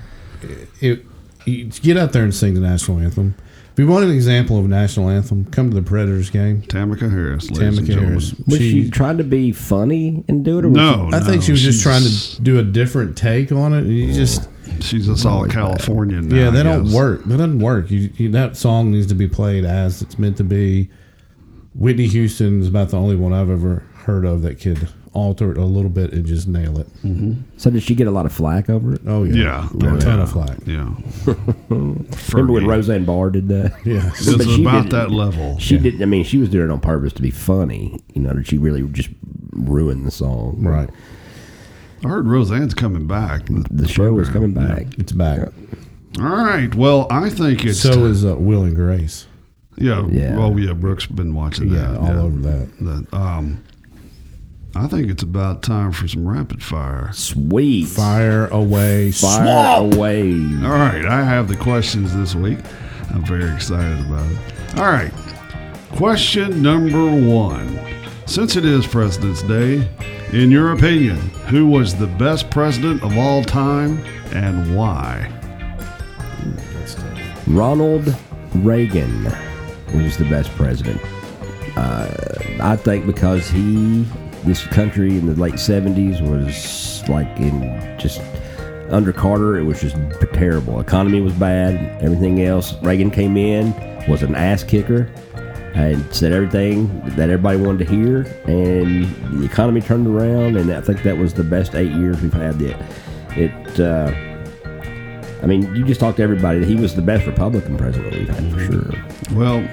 Speaker 4: it. You get out there and sing the national anthem. If you want an example of a national anthem, come to the Predators game.
Speaker 1: Tamika Harris, ladies and
Speaker 4: Tamika
Speaker 1: gentlemen.
Speaker 4: Harris.
Speaker 2: Was she,
Speaker 4: She-
Speaker 2: trying to be funny and do it? Or was
Speaker 1: No,
Speaker 4: I think
Speaker 1: no,
Speaker 4: she was
Speaker 1: she's-
Speaker 4: just trying to do a different take on it.
Speaker 1: Oh,
Speaker 4: You just
Speaker 1: She's just all Californian. now,
Speaker 4: yeah,
Speaker 1: I
Speaker 4: they don't
Speaker 1: guess.
Speaker 4: work. That doesn't work. You, you, that song needs to be played as it's meant to be. Whitney Houston is about the only one I've ever heard of that could alter it a little bit and just nail it.
Speaker 2: She, so did she get a lot of flack over it?
Speaker 4: Oh yeah,
Speaker 1: Yeah,
Speaker 4: a ton
Speaker 1: yeah,
Speaker 4: of flack.
Speaker 1: Yeah.
Speaker 2: Remember when
Speaker 1: Fergie.
Speaker 2: Roseanne Barr did that?
Speaker 4: Yeah.
Speaker 1: This
Speaker 2: but
Speaker 1: is
Speaker 2: she
Speaker 1: about
Speaker 2: didn't-
Speaker 1: that level.
Speaker 2: She didn't. I mean, she was doing it on purpose to be funny. You know, did she really just ruin the song?
Speaker 4: Right.
Speaker 1: I heard Roseanne's coming back.
Speaker 2: The show was coming back.
Speaker 4: It's back.
Speaker 1: All right. Well, I think it's
Speaker 4: So is uh, Will and Grace.
Speaker 1: yeah.
Speaker 2: Yeah.
Speaker 1: Well, yeah. Brooks been watching
Speaker 4: Yeah,
Speaker 1: that
Speaker 4: all over that.
Speaker 1: that. Um, I think it's about time for some rapid fire.
Speaker 2: Sweet
Speaker 4: Fire away.
Speaker 2: Fire away.
Speaker 1: All right, I have the questions this week. I'm very excited about it. All right, question number one. Since it is President's Day, in your opinion, who was the best president of all time and why?
Speaker 2: Ronald Reagan was the best president. Uh, I think because he, this country in the late 70s was like in just under Carter, it was just terrible. Economy was bad, everything else. Reagan came in, was an ass kicker, and said everything that everybody wanted to hear, and the economy turned around, and I think that was the best eight years we've had yet. It, uh, I mean, you just talked to everybody. He was the best Republican president we've had for sure.
Speaker 1: Well,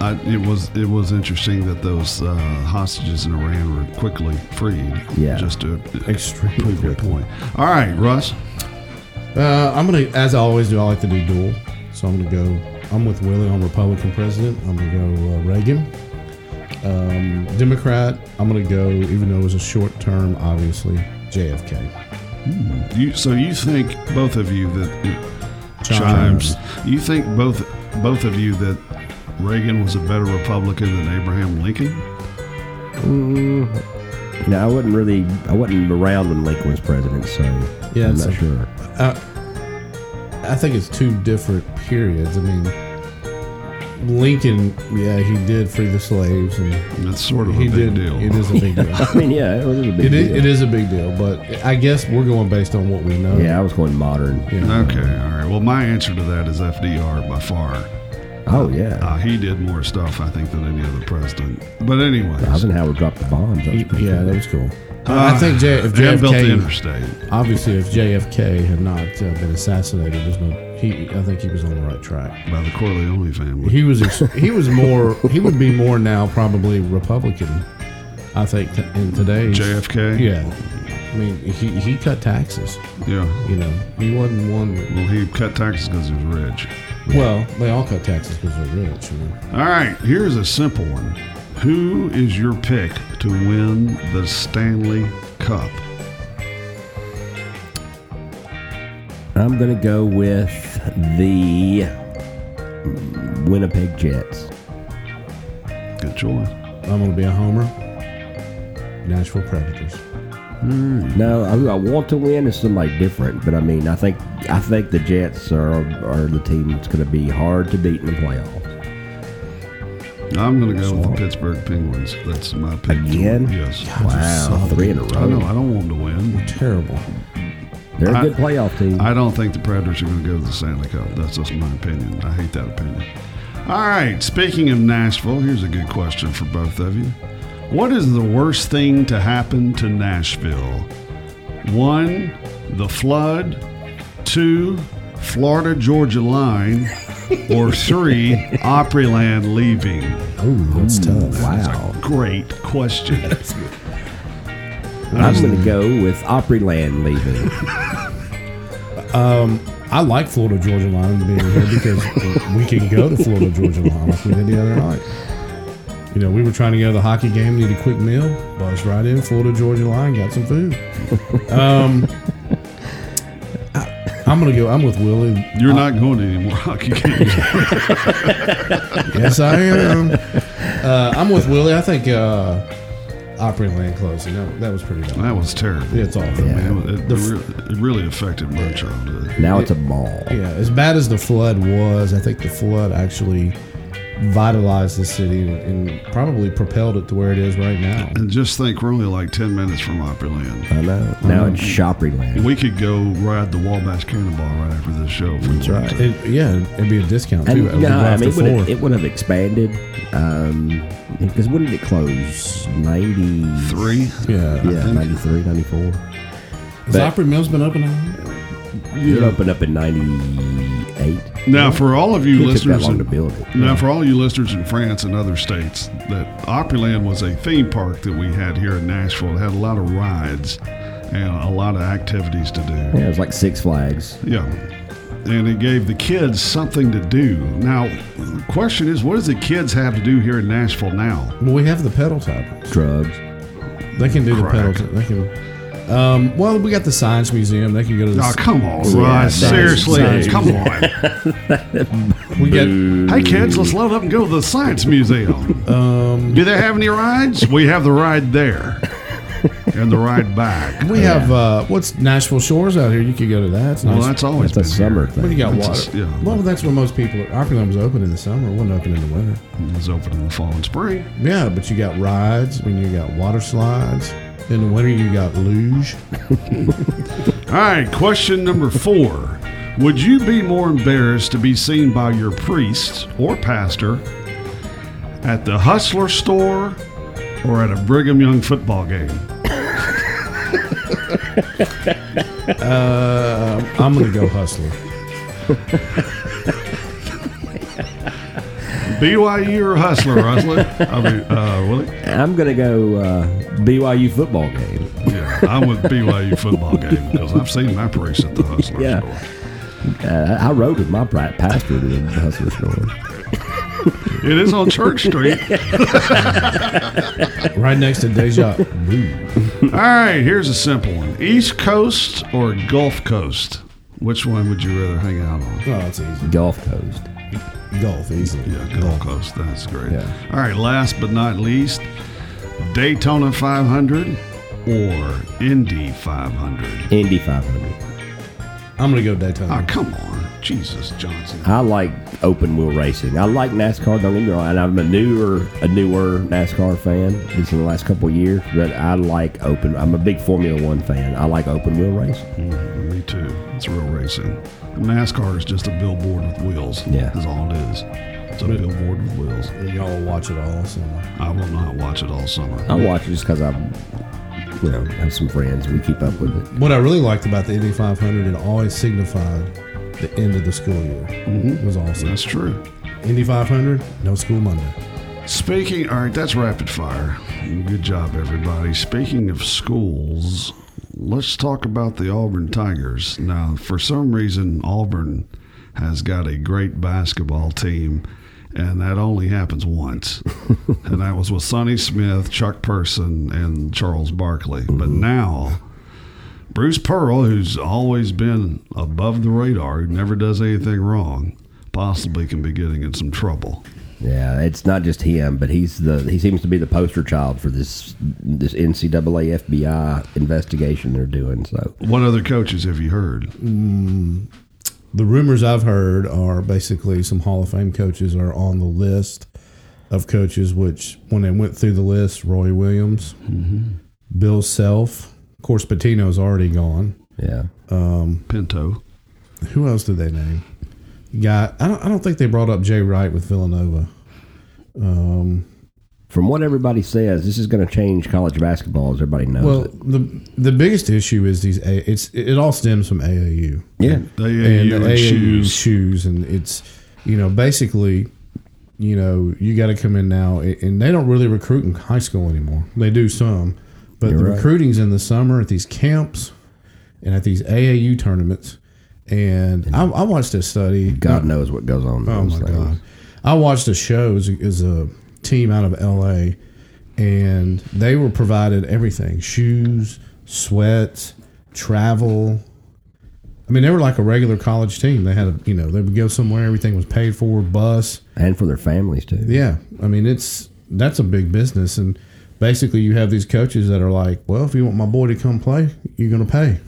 Speaker 1: I, it was it was interesting that those uh, hostages in Iran were quickly freed.
Speaker 2: Yeah.
Speaker 1: just to
Speaker 4: Extremely
Speaker 1: prove your
Speaker 4: quickly.
Speaker 1: point. All right, Russ.
Speaker 4: Uh, I'm gonna, as I always do, I like to do dual. So I'm gonna go. I'm with Willie on Republican president. I'm gonna go uh, Reagan. Um, Democrat. I'm gonna go, even though it was a short term, obviously JFK.
Speaker 1: You so you think both of you that
Speaker 4: Chimes.
Speaker 1: chimes. You think both both of you that Reagan was a better Republican than Abraham Lincoln?
Speaker 2: No, I wasn't really. I wasn't around when Lincoln was president, so
Speaker 4: Yeah,
Speaker 2: I'm
Speaker 4: it's
Speaker 2: not
Speaker 4: a-
Speaker 2: sure.
Speaker 4: I think it's two different periods. I mean, Lincoln, yeah, he did free the slaves, and
Speaker 1: That's sort of a
Speaker 4: he
Speaker 1: big
Speaker 4: did.
Speaker 1: deal.
Speaker 4: It is a big deal.
Speaker 2: I mean, yeah, it was a big
Speaker 4: It is,
Speaker 2: deal.
Speaker 4: it is a big deal, but I guess we're going based on what we know.
Speaker 2: Yeah, I was going modern.
Speaker 4: Yeah.
Speaker 1: Okay, all right. Well, my answer to that is FDR by far.
Speaker 2: Oh yeah,
Speaker 1: Uh, he did more stuff, I think, than any other president. But anyways,
Speaker 2: Eisenhower dropped the bombs. That was pretty
Speaker 4: Yeah,
Speaker 2: cool.
Speaker 4: that was cool. I I think J- if
Speaker 1: and built the
Speaker 4: JFK,
Speaker 1: interstate.
Speaker 4: obviously, if JFK had not uh, been assassinated, there's no. He, I think he was on the right track.
Speaker 1: by the Corleone family.
Speaker 4: He was. Ex- he was more. He would be more now probably Republican. I think t- in today's
Speaker 1: JFK.
Speaker 4: Yeah, I mean he, he cut taxes.
Speaker 1: Yeah.
Speaker 4: You know, he wasn't one. that-
Speaker 1: Well, he cut taxes because he was rich.
Speaker 4: Well, they all cut taxes because they're rich. You know?
Speaker 1: All right. Here's a simple one. Who is your pick to win the Stanley Cup?
Speaker 2: I'm gonna go with the Winnipeg Jets.
Speaker 1: Good choice.
Speaker 4: I'm gonna be a homer. Nashville Predators.
Speaker 2: No, I, I want to win is somebody different, but I mean, I think I think the Jets are are the team that's gonna be hard to beat in the playoffs.
Speaker 1: I'm going to go with the Pittsburgh Penguins. That's my pick. to
Speaker 2: Again?
Speaker 1: win. Yes.
Speaker 2: Wow, three in a
Speaker 1: I know.
Speaker 2: row.
Speaker 1: I don't want them to win.
Speaker 4: Terrible.
Speaker 2: They're a
Speaker 1: I-
Speaker 2: good playoff team.
Speaker 1: I don't think the Predators are going to go to the Stanley Cup. That's just my opinion. I hate that opinion. All right. Speaking of Nashville, here's a good question for both of you. What is the worst thing to happen to Nashville? One, the flood. Two, Florida Georgia line. Or three, Opryland leaving.
Speaker 4: Oh, that's tough.
Speaker 2: Mm, wow.
Speaker 1: Great question.
Speaker 2: I'm gonna go with Opryland leaving.
Speaker 4: I like Florida Georgia Line being here because we can go to Florida Georgia Line like we did the other night. You know, we were trying to go to the hockey game, need a quick meal, buzzed right in Florida Georgia Line, got some food. Um, I, am gonna go. I'm with Willie.
Speaker 1: You're not going to any more hockey games.
Speaker 4: Yes, I am. Uh, I'm with Willie. I think uh, Opryland closing. That, that was pretty bad.
Speaker 1: That was terrible.
Speaker 4: It's awful.
Speaker 1: I
Speaker 4: Yeah.
Speaker 1: mean, it, it, re- it really affected my childhood.
Speaker 2: Now it's a mall.
Speaker 4: Yeah, as bad as the flood was, I think the flood actually vitalized the city and, and probably propelled it to where it is right now.
Speaker 1: And just think, we're only like 10 minutes from Opryland.
Speaker 2: I know. Now it's Shopryland.
Speaker 1: We could go ride the Wabash Cannonball right after this show. If we wanted to.
Speaker 4: It, yeah, it'd be a discount
Speaker 2: And
Speaker 4: too.
Speaker 2: no, I mean, it would have,
Speaker 4: before.
Speaker 2: it would have expanded um, because when did it close? 93?
Speaker 1: Three?
Speaker 4: yeah,
Speaker 2: Yeah, 93, 94.
Speaker 4: Has Opry Mill's been open. now?
Speaker 2: It opened up in 98.
Speaker 1: Now, for all of you
Speaker 2: It took that
Speaker 1: listeners.
Speaker 2: long
Speaker 1: in-
Speaker 2: to build it.
Speaker 1: Now, for all you listeners in France and other states, that Opryland was a theme park that we had here in Nashville. It had a lot of rides and a lot of activities to do.
Speaker 2: Yeah, it was like Six Flags.
Speaker 1: Yeah. And it gave the kids something to do. Now, the question is, what does the kids have to do here in Nashville now?
Speaker 4: Well, we have the pedal tap.
Speaker 2: Drugs.
Speaker 4: They can do
Speaker 1: Crack.
Speaker 4: the pedal tap. They can. Um, well, we got the science museum. They can go to the.
Speaker 1: Oh, come on,
Speaker 2: Yeah,
Speaker 1: Russ.
Speaker 2: thanks,
Speaker 1: Seriously,
Speaker 4: thanks.
Speaker 1: come on.
Speaker 4: we got.
Speaker 1: hey, kids, let's load up and go to the Science Museum.
Speaker 4: Um,
Speaker 1: do they have any rides? We have the ride there and the ride back.
Speaker 4: we have uh, what's Nashville Shores out here. You could go to that. It's
Speaker 1: Well,
Speaker 4: nice.
Speaker 1: that's always
Speaker 2: That's a
Speaker 1: been
Speaker 2: summer
Speaker 1: here.
Speaker 4: But you
Speaker 2: thing.
Speaker 4: got
Speaker 1: That's
Speaker 4: water.
Speaker 1: a- yeah.
Speaker 4: Well, that's where most people. Opryland was open in the summer. It wasn't open in the winter.
Speaker 1: It was open in the fall and spring.
Speaker 4: Yeah, but you got rides. I mean, you got water slides. In the winter, you got luge.
Speaker 1: All right, question number four. Would you be more embarrassed to be seen by your priest or pastor at the Hustler store or at a Brigham Young football game?
Speaker 4: Uh, I'm gonna go hustler.
Speaker 1: BYU E or Hustler, Hustler? I mean, uh, Willie?
Speaker 2: I'm gonna go uh, BYU football game.
Speaker 1: Yeah, I'm with BYU football game because I've seen my priest at the Hustler
Speaker 2: Yeah.
Speaker 1: store.
Speaker 2: Uh, I rode with my pri- pastor to the hustler store.
Speaker 1: It is on Church Street.
Speaker 4: Right next to Deja. Vu.
Speaker 1: All right, here's a simple one: East Coast or Gulf Coast? Which one would you rather hang out on?
Speaker 4: oh, that's easy.
Speaker 2: Golf coast.
Speaker 4: Golf, easily.
Speaker 1: Yeah, Gulf Coast. That's great.
Speaker 2: Yeah.
Speaker 1: All right, last but not least, Daytona 500 or Indy 500?
Speaker 2: Indy 500.
Speaker 4: I'm gonna go Daytona.
Speaker 1: Oh, come on, Jesus Johnson.
Speaker 2: I like open wheel racing. I like NASCAR. Don't get me wrong. And I'm a newer, a newer NASCAR fan. Just in the last couple of years, but I like open. I'm a big Formula One fan. I like open wheel racing.
Speaker 1: Mm, me too. It's real racing. NASCAR is just a billboard with wheels.
Speaker 2: Yeah.
Speaker 1: is all it is. It's a billboard with wheels.
Speaker 4: Y'all will watch it all. So.
Speaker 1: I will not watch it all summer.
Speaker 2: I watch it just because I'm, you know, have some friends. We keep up with it.
Speaker 4: What I really liked about the Indy 500, it always signified the end of the school year. It was awesome.
Speaker 1: That's true.
Speaker 4: Indy 500, no school Monday.
Speaker 1: Speaking, all right, that's rapid fire. Good job, everybody. Speaking of schools, let's talk about the Auburn Tigers. Now, for some reason, Auburn has got a great basketball team, and that only happens once. and that was with Sonny Smith, Chuck Person, and Charles Barkley. But now, Bruce Pearl, who's always been above the radar, who never does anything wrong, possibly can be getting in some trouble.
Speaker 2: Yeah, it's not just him, but he's the he seems to be the poster child for this this NCAA FBI investigation they're doing. So
Speaker 1: What other coaches have you heard?
Speaker 4: The rumors I've heard are basically some Hall of Fame coaches are on the list of coaches, which when they went through the list, Roy Williams, Bill Self, of course, Patino's already gone.
Speaker 2: yeah,
Speaker 1: Pinto.
Speaker 4: Who else did they name? Guy, I don't, I don't think they brought up Jay Wright with Villanova.
Speaker 2: from what everybody says, this is going to change college basketball, as everybody knows.
Speaker 4: Well,
Speaker 2: it.
Speaker 4: the the biggest issue is these. A- It's it all stems from AAU
Speaker 2: yeah,
Speaker 1: The
Speaker 4: and
Speaker 1: AAU
Speaker 4: the
Speaker 1: and
Speaker 4: AAU shoes.
Speaker 1: shoes.
Speaker 4: and it's you know basically, you know you got to come in now, a- and they don't really recruit in high school anymore. They do some, but the
Speaker 2: right.
Speaker 4: recruiting's in the summer at these camps, and at these AAU tournaments. And I, I watched a study.
Speaker 2: God knows what goes on. in
Speaker 4: Oh
Speaker 2: those
Speaker 4: my
Speaker 2: things.
Speaker 4: god! I watched a show as, as a team out of L.A. and they were provided everything: shoes, sweats, travel. I mean, they were like a regular college team. They had a you know they would go somewhere, everything was paid for, bus.
Speaker 2: and for their families too.
Speaker 4: Yeah, I mean it's that's a big business, and basically you have these coaches that are like, well, if you want my boy to come play, you're gonna pay.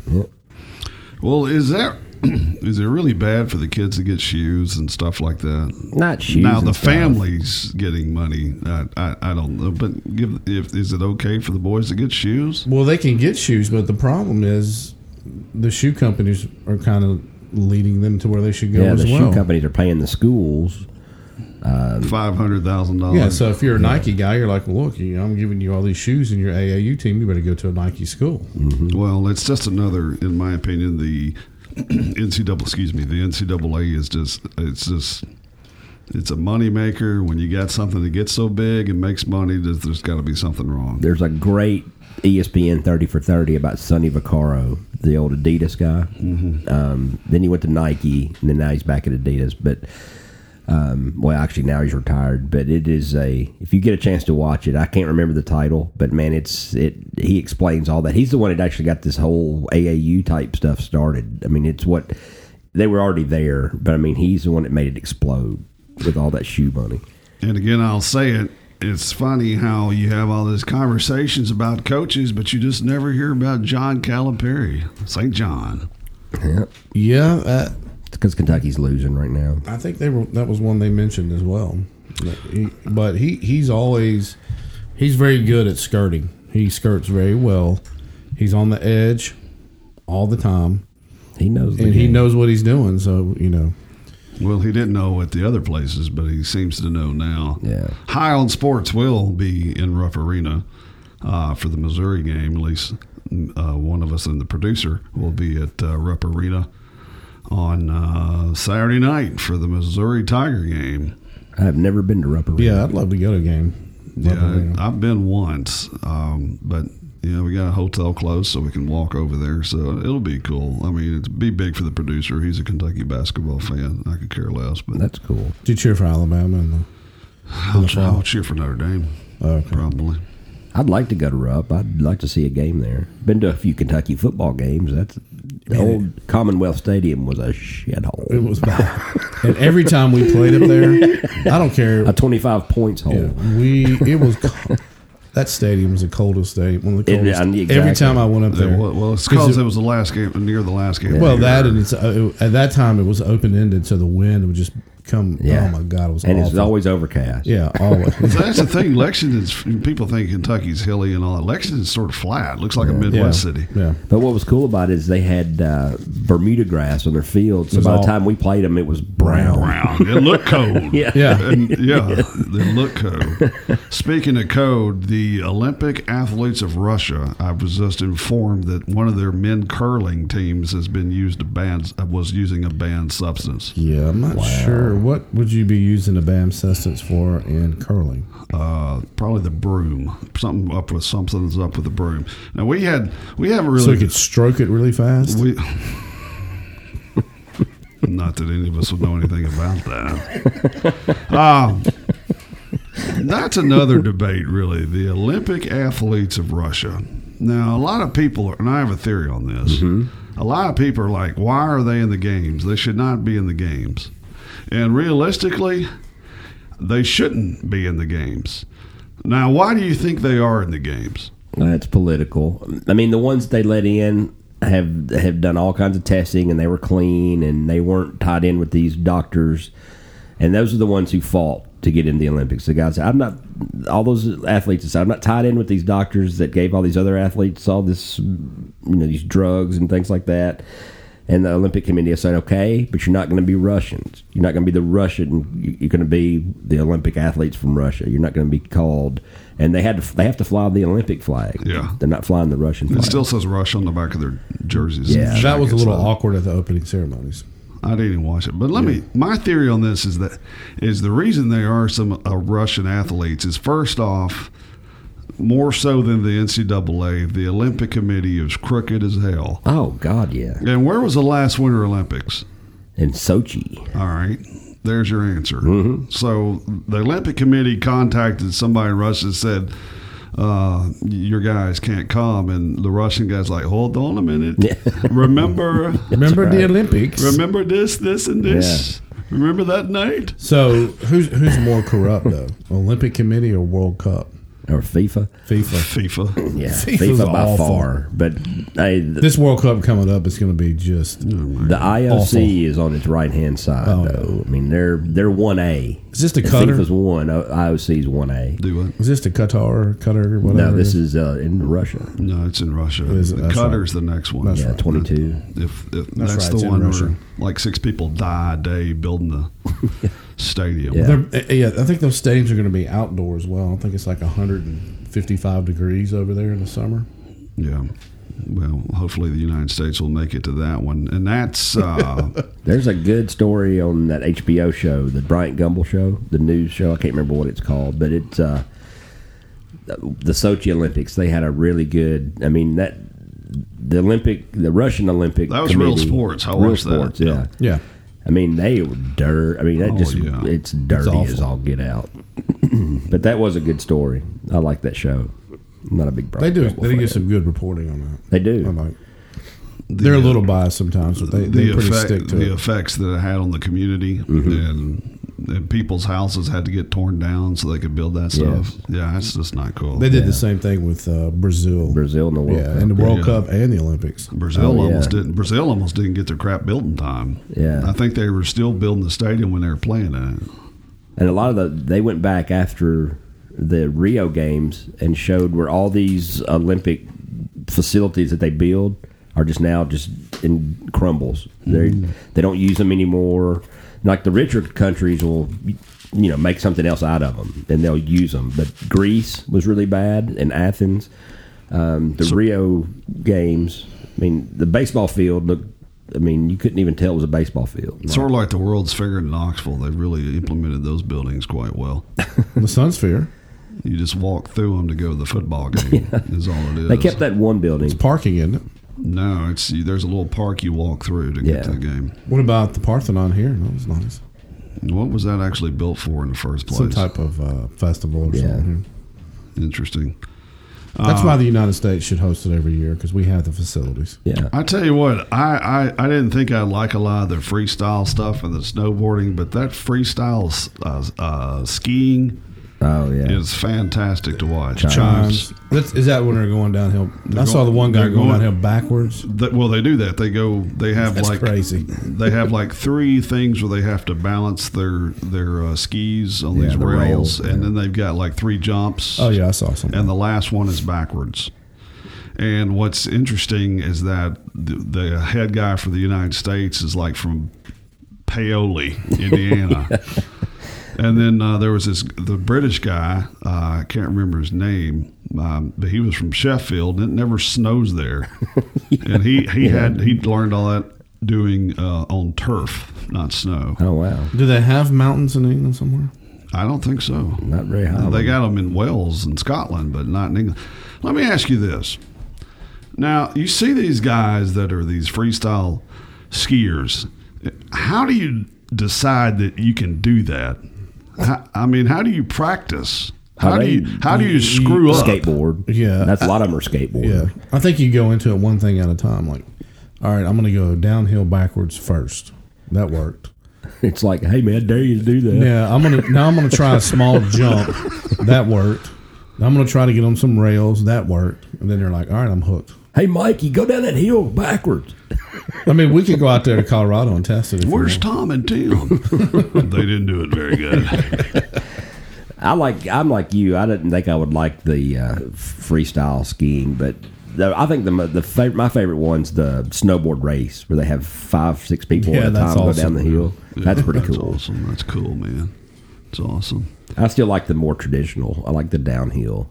Speaker 1: Well, is that is it really bad for the kids to get shoes and stuff like that?
Speaker 2: Not shoes.
Speaker 1: now
Speaker 2: and
Speaker 1: the
Speaker 2: stuff.
Speaker 1: families getting money. I, I I don't know, but give if is it okay for the boys to get shoes?
Speaker 4: Well, they can get shoes, but the problem is the shoe companies are kind of leading them to where they should go
Speaker 2: Yeah,
Speaker 4: as
Speaker 2: the
Speaker 4: well.
Speaker 2: shoe companies are paying the schools. Uh,
Speaker 1: Five hundred thousand
Speaker 4: Yeah,
Speaker 1: dollars.
Speaker 4: so if you're a Nike guy, you're like, look, you- I'm giving you all these shoes in your AAU team. You better go to a Nike school.
Speaker 1: Well, it's just another, in my opinion, the NCAA. Excuse me, the NCAA is just it's just. It's a moneymaker. When you got something that gets so big and makes money, there's, there's got to be something wrong.
Speaker 2: There's a great E ESPN 30 for 30 about Sonny Vaccaro, the old Adidas guy.
Speaker 4: Mm-hmm.
Speaker 2: Um, then he went to Nike, and then now he's back at Adidas. But, um, well, actually, now he's retired. But it is a, if you get a chance to watch it, I can't remember the title, but man, it's, it, he explains all that. He's the one that actually got this whole AAU type stuff started. I mean, it's what, they were already there, but I mean, he's the one that made it explode with all that shoe money.
Speaker 1: And again, I'll say it. It's funny how you have all these conversations about coaches, but you just never hear about John Calipari, St. John.
Speaker 4: Yeah, uh,
Speaker 2: Because Kentucky's losing right now.
Speaker 4: I think they were. That was one they mentioned as well. But he, but he he's always he's very good at skirting. He skirts very well. He's on the edge all the time,
Speaker 2: He knows. the
Speaker 4: and he
Speaker 2: game.
Speaker 4: knows what he's doing. So you know,
Speaker 1: Well, he didn't know at the other places, but he seems to know now.
Speaker 2: Yeah.
Speaker 1: High on Sports will be in Rupp Arena uh, for the Missouri game. At least uh, one of us and the producer will be at uh, Rupp Arena on uh, Saturday night for the Missouri Tiger game.
Speaker 2: I've never been to Rupper. Ring.
Speaker 4: Yeah, I'd love to go to a game. Love to
Speaker 1: Yeah,
Speaker 4: go.
Speaker 1: I- I've been once, um, but you know we got a hotel close, so we can walk over there. So it'll be cool. I mean, it'd be big for the producer. He's a Kentucky basketball fan. I could care less, but
Speaker 2: That's cool.
Speaker 4: Do you cheer for Alabama? And
Speaker 1: I'll, I'll cheer for Notre Dame
Speaker 4: the, okay.
Speaker 1: probably.
Speaker 2: I'd like to go to Rupp. I'd like to see a game there. Been to a few Kentucky football games. That's the old Commonwealth Stadium was a
Speaker 4: It
Speaker 2: shithole.
Speaker 4: was bad. and every time we played up there, I don't care.
Speaker 2: A twenty-five points hole.
Speaker 4: Yeah, we it was co- that stadium was the coldest stadium. One of the
Speaker 2: It-
Speaker 4: coldest.
Speaker 2: uh, exactly.
Speaker 4: Every time I went up there,
Speaker 1: It wa- well, it's because it was the last game, near the last game. of
Speaker 4: well
Speaker 1: the
Speaker 4: that
Speaker 1: year.
Speaker 4: and it's uh, it- at that time it was open ended, so the wind would just come.
Speaker 2: Yeah.
Speaker 4: Oh my god, it was
Speaker 2: and
Speaker 4: awful.
Speaker 2: it's always overcast.
Speaker 4: yeah, always.
Speaker 1: That's the thing. Lexington's people think Kentucky's hilly and all that. Lexington's sort of flat. Looks like a Midwest
Speaker 4: yeah,
Speaker 1: city.
Speaker 4: Yeah,
Speaker 2: But what was cool about it is they had uh, Bermuda grass on their field. So
Speaker 4: was
Speaker 2: by
Speaker 4: all-
Speaker 2: the time we played them, it was brown.
Speaker 1: Brown. It looked cold.
Speaker 2: Yeah.
Speaker 4: yeah.
Speaker 1: And, yeah, they look code. Speaking of code, the Olympic athletes of Russia, I was just informed that one of their men curling teams has been used to ban was using a banned substance.
Speaker 4: Yeah, I'm not sure. What would you be using a BAM substance for in curling?
Speaker 1: Uh, probably the broom. Something up with something's up with the broom. Now we had we haven't
Speaker 4: So you
Speaker 1: really
Speaker 4: could stroke it really fast?
Speaker 1: we. Not that any of us would know anything about that. Um, that's another debate, really. The Olympic athletes of Russia. Now, a lot of people, are, and I have a theory on this.
Speaker 4: Mm-hmm.
Speaker 1: A lot of people are like, why are they in the games? They should not be in the games. And realistically, they shouldn't be in the games. Now, why do you think they are in the games?
Speaker 2: That's political. I mean, the ones they let in have have done all kinds of testing, and they were clean, and they weren't tied in with these doctors. And those are the ones who fought to get in the Olympics. The guys, I'm not all those athletes. that said, I'm not tied in with these doctors that gave all these other athletes all this, you know, these drugs and things like that. And the Olympic Committee has said, okay, but you're not going to be Russians. You're not going to be the Russian. you- You're going to be the Olympic athletes from Russia. You're not going to be called. And they had to. They have to fly the Olympic flag.
Speaker 1: Yeah.
Speaker 2: they're not flying the Russian
Speaker 1: It
Speaker 2: flag.
Speaker 1: still says Russia on the back of their jerseys.
Speaker 2: Yeah.
Speaker 4: that was a little
Speaker 1: awkward.
Speaker 4: awkward at the opening ceremonies.
Speaker 1: I didn't even watch it, but let me. My theory on this is that is the reason there are some uh, Russian athletes is first off, more so than the NCAA, the Olympic Committee is crooked as hell.
Speaker 2: oh God, yeah.
Speaker 1: And where was the last Winter Olympics?
Speaker 2: In Sochi,
Speaker 1: All right, there's your answer. So the Olympic Committee contacted somebody in Russia and said. Uh, your guys can't come, and the Russian guy's like, "Hold on a minute. Remember,
Speaker 4: Remember the Olympics?
Speaker 1: remember this, this, and this. Remember that night."
Speaker 4: So who's who's more corrupt though, Olympic Committee or World Cup?
Speaker 2: or FIFA.
Speaker 4: FIFA.
Speaker 1: FIFA.
Speaker 2: Yeah,
Speaker 4: FIFA's
Speaker 2: FIFA by
Speaker 4: awful.
Speaker 2: far. But hey, the,
Speaker 4: This World Cup coming up is going to be just.
Speaker 2: the IOC
Speaker 4: Awful.
Speaker 2: is on its right hand side, though. I mean, they're they're one A.
Speaker 4: Is this the
Speaker 2: FIFA's
Speaker 4: Qatar?
Speaker 2: one. O- IOC's one A.
Speaker 1: Do what?
Speaker 4: Is this the Qatar? Qatar? Whatever.
Speaker 2: No, this is uh, in Russia.
Speaker 1: No, it's in Russia.
Speaker 4: is- that's
Speaker 1: Qatar's the next one.
Speaker 4: That's
Speaker 2: Yeah, twenty two.
Speaker 1: If, if that's,
Speaker 4: right, it's
Speaker 1: the
Speaker 4: in
Speaker 1: one where
Speaker 4: Russia.
Speaker 1: like six people die a day building the stadium.
Speaker 2: Yeah.
Speaker 4: They're- uh, yeah, I think those stadiums are going to be outdoor as well. I think it's like 155 degrees over there in the summer.
Speaker 1: Yeah. Well, hopefully the United States will make it to that one, and that's uh,
Speaker 2: There's a good story on that HBO show, the Bryant Gumbel show, the news show. I can't remember what it's called, but it's uh, the Sochi Olympics. They had a really good. I mean that the Olympic, the Russian Olympic.
Speaker 1: That was Real
Speaker 2: committee-
Speaker 1: Sports. I
Speaker 2: Real
Speaker 1: watched that.
Speaker 2: Sports, Yeah.
Speaker 4: Yeah,
Speaker 2: I mean they were dirt. I mean that
Speaker 1: Oh,
Speaker 2: just
Speaker 1: yeah.
Speaker 2: it's dirty
Speaker 4: awful.
Speaker 2: as all get out. but that was a good story. I like that show. I'm not a big
Speaker 4: they
Speaker 2: Bryant
Speaker 4: do.
Speaker 2: Gumbel
Speaker 4: They
Speaker 2: fan.
Speaker 4: do some good reporting on that.
Speaker 2: They do.
Speaker 4: I like. They're a little biased sometimes, but they,
Speaker 1: the
Speaker 4: they pretty stick
Speaker 1: effect,
Speaker 4: to
Speaker 1: the
Speaker 4: it. Mm-hmm.
Speaker 1: effects that it had on the community, and, and people's houses had to get torn down so they could build that stuff. Yeah, that's just not cool.
Speaker 4: They did the same thing with uh, Brazil.
Speaker 2: Brazil in the World
Speaker 4: yeah,
Speaker 2: Cup.
Speaker 4: and the World
Speaker 1: Yeah.
Speaker 4: Cup and the Olympics.
Speaker 1: Brazil
Speaker 2: Oh, yeah.
Speaker 1: almost didn't. Brazil almost didn't get their crap built in time.
Speaker 2: Yeah.
Speaker 1: I think they were still building the stadium when they were playing in it.
Speaker 2: And a lot of the they went back after the Rio games and showed where all these Olympic facilities that they build are just now just in crumbles. They they don't use them anymore. Like the richer countries will you know make something else out of them and they'll use them. But Greece was really bad and Athens um, the Rio games. I mean, the baseball field looked I mean, you couldn't even tell it was a baseball field.
Speaker 1: Sort of like the World's Fair in Knoxville. They've really implemented those buildings quite well.
Speaker 4: The Sun Sphere.
Speaker 1: You just walk through them to go to the football game. Is all it is.
Speaker 2: They kept that one building.
Speaker 4: Parking, isn't it?
Speaker 1: No, it's there's a little park you walk through to
Speaker 2: Yeah.
Speaker 1: get to the game.
Speaker 4: What about the Parthenon here? That was nice.
Speaker 1: What was that actually built for in the first place?
Speaker 4: Some type of uh, festival or
Speaker 2: Yeah.
Speaker 4: something.
Speaker 1: Interesting. Uh,
Speaker 4: That's why the United States should host it every year because we have the facilities.
Speaker 2: Yeah.
Speaker 1: I tell you what, I, I, I didn't think I'd like a lot of the freestyle stuff and the snowboarding, but that freestyle uh, uh, skiing
Speaker 2: Oh yeah.
Speaker 1: is fantastic to watch.
Speaker 4: Chimes. That's, is that when they're going downhill? I saw the one guy
Speaker 1: they're
Speaker 4: going,
Speaker 1: going-
Speaker 4: downhill backwards.
Speaker 1: Th- well, they do that. They go. They have
Speaker 4: That's
Speaker 1: like
Speaker 4: crazy.
Speaker 1: They have like three things where they have to balance their their uh, skis on
Speaker 2: Yeah,
Speaker 1: these
Speaker 2: the
Speaker 1: rails,
Speaker 2: rails,
Speaker 1: and then they've got like three jumps.
Speaker 4: Oh yeah, I saw something.
Speaker 1: and the last one is backwards. And what's interesting is that the, the head guy for the United States is like from Paoli, Indiana. And then uh, there was this the British guy. Uh, I can't remember his name, um, but he was from Sheffield, and it never snows there. And he he had he learned all that doing uh, on turf, not snow.
Speaker 2: oh wow.
Speaker 4: Do they have mountains in England somewhere?
Speaker 1: I don't think so.
Speaker 2: Not very high.
Speaker 1: They got them in Wales and Scotland, but not in England. Let me ask you this. Now, you see these guys that are these freestyle skiers. How do you decide that you can do that? How, I mean, how do you practice? How,
Speaker 2: How
Speaker 1: do
Speaker 2: they-
Speaker 1: you how do you screw up?
Speaker 2: Skateboard.
Speaker 4: Yeah.
Speaker 2: That's a lot of them are skateboard.
Speaker 4: Yeah, I think you go into it one thing at a time. Like, all right, I'm going to go downhill backwards first. That worked.
Speaker 2: It's like, hey man, dare you to do that?
Speaker 4: Yeah, I'm gonna now I'm gonna try a small jump. That worked. Now I'm gonna try to get on some rails. That worked. And then they're like, all right, I'm hooked.
Speaker 2: Hey Mikey, go down that hill backwards.
Speaker 4: I mean, we could go out there to Colorado and test it. If we
Speaker 1: Where's
Speaker 4: want.
Speaker 1: Tom and Tim? they didn't do it very good.
Speaker 2: I like. I'm like you. I didn't think I would like the uh, freestyle skiing, but the, I think the mo- the fav- my favorite one's the snowboard race where they have five six people
Speaker 4: Yeah,
Speaker 2: at a time
Speaker 4: that's
Speaker 2: go down
Speaker 4: awesome.
Speaker 2: the hill. that's pretty
Speaker 1: That's
Speaker 2: cool.
Speaker 1: awesome. That's cool, man. It's awesome.
Speaker 2: I still like the more traditional. I like the downhill,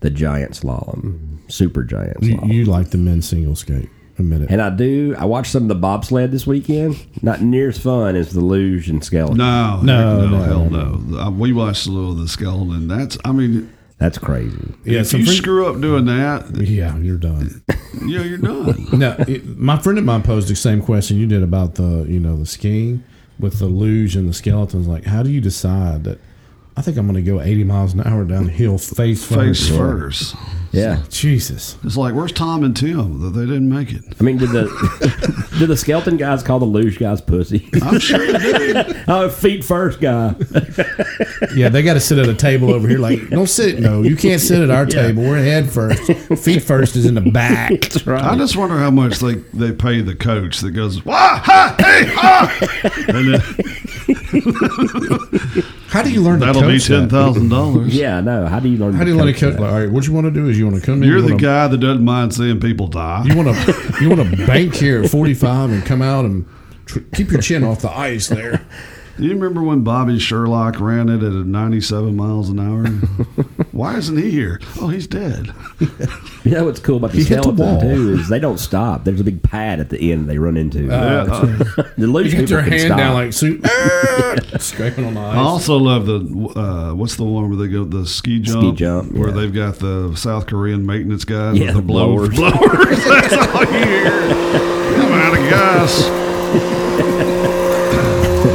Speaker 2: the giant slalom, super giant
Speaker 4: you,
Speaker 2: slalom.
Speaker 4: you like the men's single skate? Admit it.
Speaker 2: and I do. I watched some of the bobsled this weekend. Not near as fun as the luge and skeleton.
Speaker 1: No,
Speaker 4: No,
Speaker 1: heck no,
Speaker 4: no,
Speaker 1: hell no. Uh, We watched a little of the skeleton. That's I mean,
Speaker 2: That's crazy.
Speaker 4: Yeah,
Speaker 1: if
Speaker 4: so
Speaker 1: you
Speaker 4: free-
Speaker 1: screw up doing that,
Speaker 4: yeah, you're done.
Speaker 1: yeah, you're done.
Speaker 4: now, it, my friend of mine posed the same question you did about the you know the skiing with the luge and the skeletons. Like, how do you decide that? I think I'm going to go 80 miles an hour down the hill face
Speaker 1: Face first.
Speaker 4: first.
Speaker 2: Yeah.
Speaker 4: Jesus.
Speaker 1: It's like, where's Tom and Tim? That they didn't make it.
Speaker 2: I mean, did the did the skeleton guys call the luge guys pussy?
Speaker 1: I'm sure they did.
Speaker 2: oh, feet first guy.
Speaker 4: Yeah, they got to sit at a table over here. Like, don't sit. No, you can't sit at our table. We're head first. Feet first is in the back.
Speaker 1: I just wonder how much they, they pay the coach that goes, wah, ha, hey, ha. And then
Speaker 4: How do you learn to
Speaker 1: that'll be
Speaker 4: coach that?
Speaker 1: $10,000.
Speaker 2: Yeah, no. How do you learn?
Speaker 4: How do you learn to coach? Like, all right, what you want to do is you want to come in.
Speaker 1: You're
Speaker 4: you
Speaker 1: the
Speaker 4: wanna,
Speaker 1: guy that doesn't mind seeing people die.
Speaker 4: You want to you want to bank here at 45 and come out and tr- keep your chin off the ice there.
Speaker 1: You remember when Bobby Sherlock ran it at 97 miles an hour? Why isn't he here? Oh, he's dead.
Speaker 2: You know what's cool about the
Speaker 4: You hit the
Speaker 2: skeleton
Speaker 4: wall.
Speaker 2: too is they don't stop. There's a big pad at the end they run into.
Speaker 4: Uh,
Speaker 2: the luge
Speaker 4: Get
Speaker 2: people
Speaker 4: their
Speaker 2: can
Speaker 4: hand
Speaker 2: stop.
Speaker 4: down like soup, scraping on the ice.
Speaker 1: I also love the uh, what's the one where they go the ski jump,
Speaker 2: jump,
Speaker 1: where
Speaker 2: yeah.
Speaker 1: they've got the South Korean maintenance guys
Speaker 2: Yeah,
Speaker 1: with
Speaker 2: the
Speaker 1: the blow-
Speaker 2: blowers.
Speaker 1: blowers. That's all you hear. Come out of gas.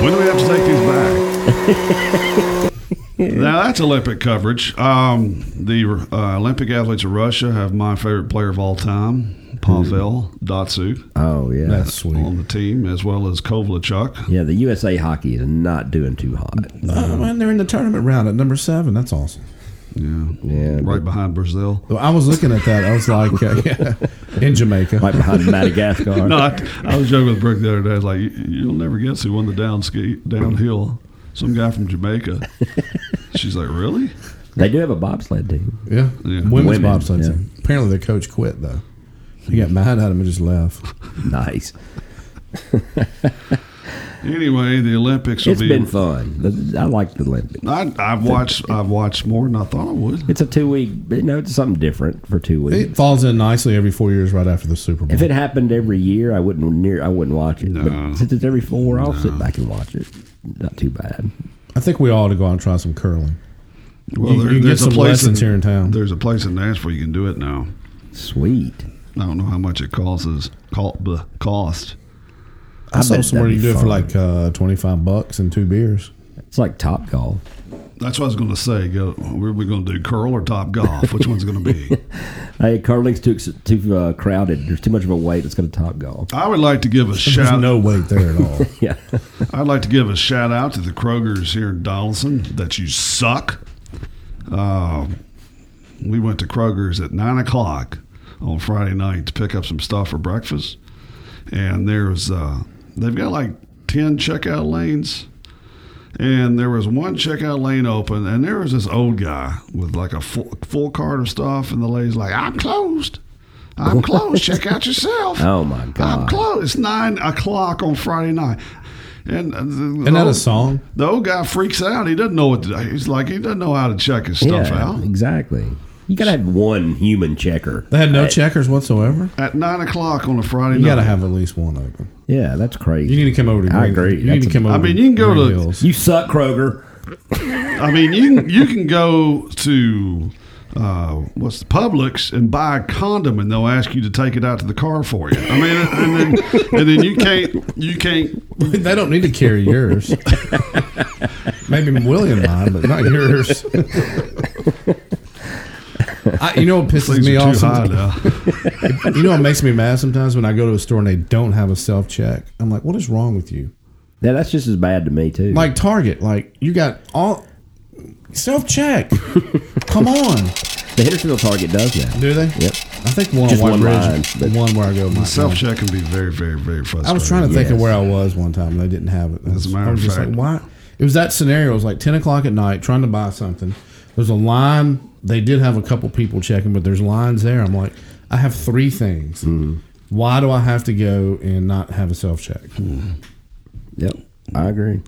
Speaker 1: when do we have to take these back? now that's Olympic coverage. Um, the uh, Olympic athletes of Russia have my favorite player of all time, Pavel Datsyuk,
Speaker 2: oh yeah,
Speaker 4: That's sweet.
Speaker 1: on the team, as well as Kovlachuk.
Speaker 2: yeah. The USA hockey is not doing too hot.
Speaker 4: Oh, and they're in the tournament round at number seven. That's awesome.
Speaker 1: Yeah,
Speaker 2: Yeah,
Speaker 1: right behind Brazil.
Speaker 4: Well, I was looking at that. I was like, uh, yeah, in Jamaica.
Speaker 2: right behind Madagascar.
Speaker 1: No, I, I was joking with Brooke the other day. I was like, you, you'll never guess who won the down ski, downhill. Some guy from Jamaica. She's like, really?
Speaker 2: They do have a bobsled team.
Speaker 4: Yeah.
Speaker 1: Yeah.
Speaker 4: Women's
Speaker 2: Women,
Speaker 4: bobsled
Speaker 2: yeah. Hmm.
Speaker 4: team. Apparently their coach quit though. He got mad at him and just left.
Speaker 2: Nice.
Speaker 1: Anyway, the Olympics will
Speaker 2: It's
Speaker 1: be.
Speaker 2: been fun. The- I like the Olympics.
Speaker 1: I, I've watched. I've watched more than I thought I would.
Speaker 2: It's a two week, you know, it's something different for two weeks.
Speaker 4: It falls in nicely every four years right after the Super Bowl.
Speaker 2: if it happened every year, I wouldn't near. I wouldn't watch it.
Speaker 1: No.
Speaker 2: But since it's every four, I'll sit back and watch it. Not too bad.
Speaker 4: I think we all ought to go out and try some curling.
Speaker 1: Well,
Speaker 4: You- you get some lessons
Speaker 1: in,
Speaker 4: here in town.
Speaker 1: There's a place in Nashville you can do it now.
Speaker 2: Sweet.
Speaker 1: I don't know how much it costs. Is called the cost.
Speaker 4: I, saw
Speaker 2: bet
Speaker 4: somewhere
Speaker 2: that'd be
Speaker 4: you do it for
Speaker 2: fun.
Speaker 4: like uh, twenty five bucks and two beers.
Speaker 2: It's like Top Golf.
Speaker 1: That's what I was going to say. Go. Were we going to do curl or top golf? Which one's going to be?
Speaker 2: Hey, curling's too ex- too uh, crowded. There's too much of a wait. Let's go to Top Golf.
Speaker 1: I would like to give a
Speaker 4: There's
Speaker 1: shout.
Speaker 4: no weight there at all.
Speaker 2: Yeah.
Speaker 1: I'd like to give a shout out to the Krogers here in Donaldson that you suck. Uh, we went to Krogers at nine o'clock on Friday night to pick up some stuff for breakfast, and there was uh, they've got like ten checkout lanes, and there was one checkout lane open, and there was this old guy with like a full, full cart of stuff, and the lady's like, "I'm closed." I'm closed. Check out yourself.
Speaker 2: Oh, my
Speaker 1: I'm
Speaker 2: God.
Speaker 1: closed. It's nine o'clock on Friday night, and uh, the-
Speaker 4: Isn't that
Speaker 1: the-
Speaker 4: a song?
Speaker 1: the old guy freaks out. He doesn't know what to, he's like. He doesn't know how to check his stuff
Speaker 2: yeah.
Speaker 1: out.
Speaker 2: Exactly. You gotta have one human checker.
Speaker 4: They had no checkers whatsoever.
Speaker 1: At nine o'clock on a Friday
Speaker 4: You
Speaker 1: night,
Speaker 4: got to have at least one open.
Speaker 2: Yeah, that's crazy.
Speaker 4: You need to come over to.
Speaker 2: I
Speaker 4: Green-
Speaker 2: agree.
Speaker 4: You need
Speaker 2: That's
Speaker 4: to
Speaker 2: a-
Speaker 4: come over.
Speaker 1: I mean,
Speaker 4: to
Speaker 1: you can go
Speaker 4: Green
Speaker 1: to-
Speaker 4: Hills.
Speaker 2: You suck, Kroger.
Speaker 1: I mean, you can, you can go to uh, what's the Publix and buy a condom, and they'll ask you to take it out to the car for you. I mean, and then, and then you can't you can't.
Speaker 4: they don't need to carry yours. Maybe Willie and mine, but not yours. I, you know what pisses
Speaker 1: Things
Speaker 4: me
Speaker 1: are
Speaker 4: off?
Speaker 1: too high
Speaker 4: sometimes?
Speaker 1: now.
Speaker 4: You know what makes me mad sometimes when I go to a store and they don't have a self check. I'm like, what is wrong with you?
Speaker 2: Yeah, that's just as bad to me too.
Speaker 4: Like Target, like you got all self check. Come on,
Speaker 2: the Hendersonville Target does that.
Speaker 4: do they?
Speaker 2: Yep.
Speaker 4: I think one
Speaker 2: Just
Speaker 4: on White
Speaker 2: one line,
Speaker 4: Ridge,
Speaker 2: but-
Speaker 4: one where I go. might
Speaker 1: Self check can be very very very frustrating.
Speaker 4: I was trying to think
Speaker 2: Yes.
Speaker 4: of where I was one time. and They didn't have it.
Speaker 1: As a matter
Speaker 4: I was
Speaker 1: of
Speaker 4: just
Speaker 1: fact.
Speaker 4: like, why? It was that scenario. It was like ten o'clock at night, trying to buy something. There's a line. They did have a couple people checking, but there's lines there. I'm like, I have three things. Why do I have to go and not have a self check?
Speaker 2: Yep. I agree.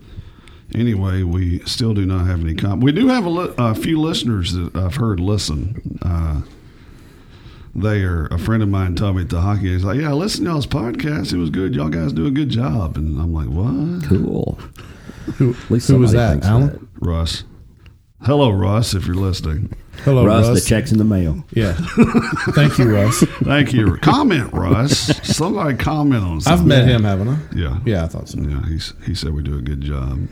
Speaker 1: Anyway, we still do not have any com. We do have a, li- a few listeners that I've heard listen. Uh, they are a friend of mine told me at the hockey. game, He's like, "Yeah, I listened to y'all's podcast. It was good. Y'all guys do a good job." And I'm like, "What,
Speaker 2: Cool.
Speaker 4: Who,
Speaker 2: At least
Speaker 4: who was
Speaker 2: somebody
Speaker 4: that?
Speaker 2: thinks
Speaker 4: Alan.
Speaker 2: that.
Speaker 1: Russ? Hello, Russ. If you're listening,
Speaker 4: Hello,
Speaker 2: Oh, Russ,
Speaker 4: Russ.
Speaker 2: the check's in the mail.
Speaker 4: Yeah. Thank you, Russ.
Speaker 1: thank you. comment, Russ. Somebody comment on
Speaker 4: I've
Speaker 1: something.
Speaker 4: met him, haven't I?
Speaker 1: Yeah,
Speaker 4: Yeah, I thought so.
Speaker 1: yeah. He's, he said we do a good job.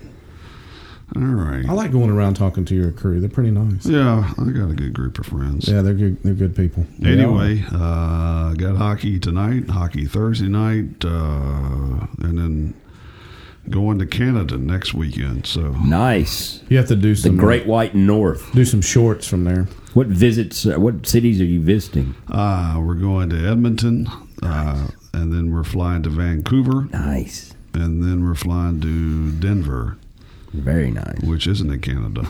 Speaker 1: All right.
Speaker 4: I like going around talking to your crew. They're pretty nice.
Speaker 1: yeah, I got a good group of friends.
Speaker 4: Yeah, they're good. They're good people.
Speaker 1: Anyway, uh, got hockey tonight, hockey Thursday night, uh, and then going to Canada next weekend. So
Speaker 2: Nice.
Speaker 4: you have to do
Speaker 2: The
Speaker 4: some
Speaker 2: Great White North.
Speaker 4: do some shorts from there.
Speaker 2: What visits? Uh, what cities are you visiting?
Speaker 1: uh, we're going to Edmonton, uh, and then we're flying to Vancouver,
Speaker 2: Nice.
Speaker 1: and then we're flying to Denver,
Speaker 2: Very nice.
Speaker 1: which isn't in Canada,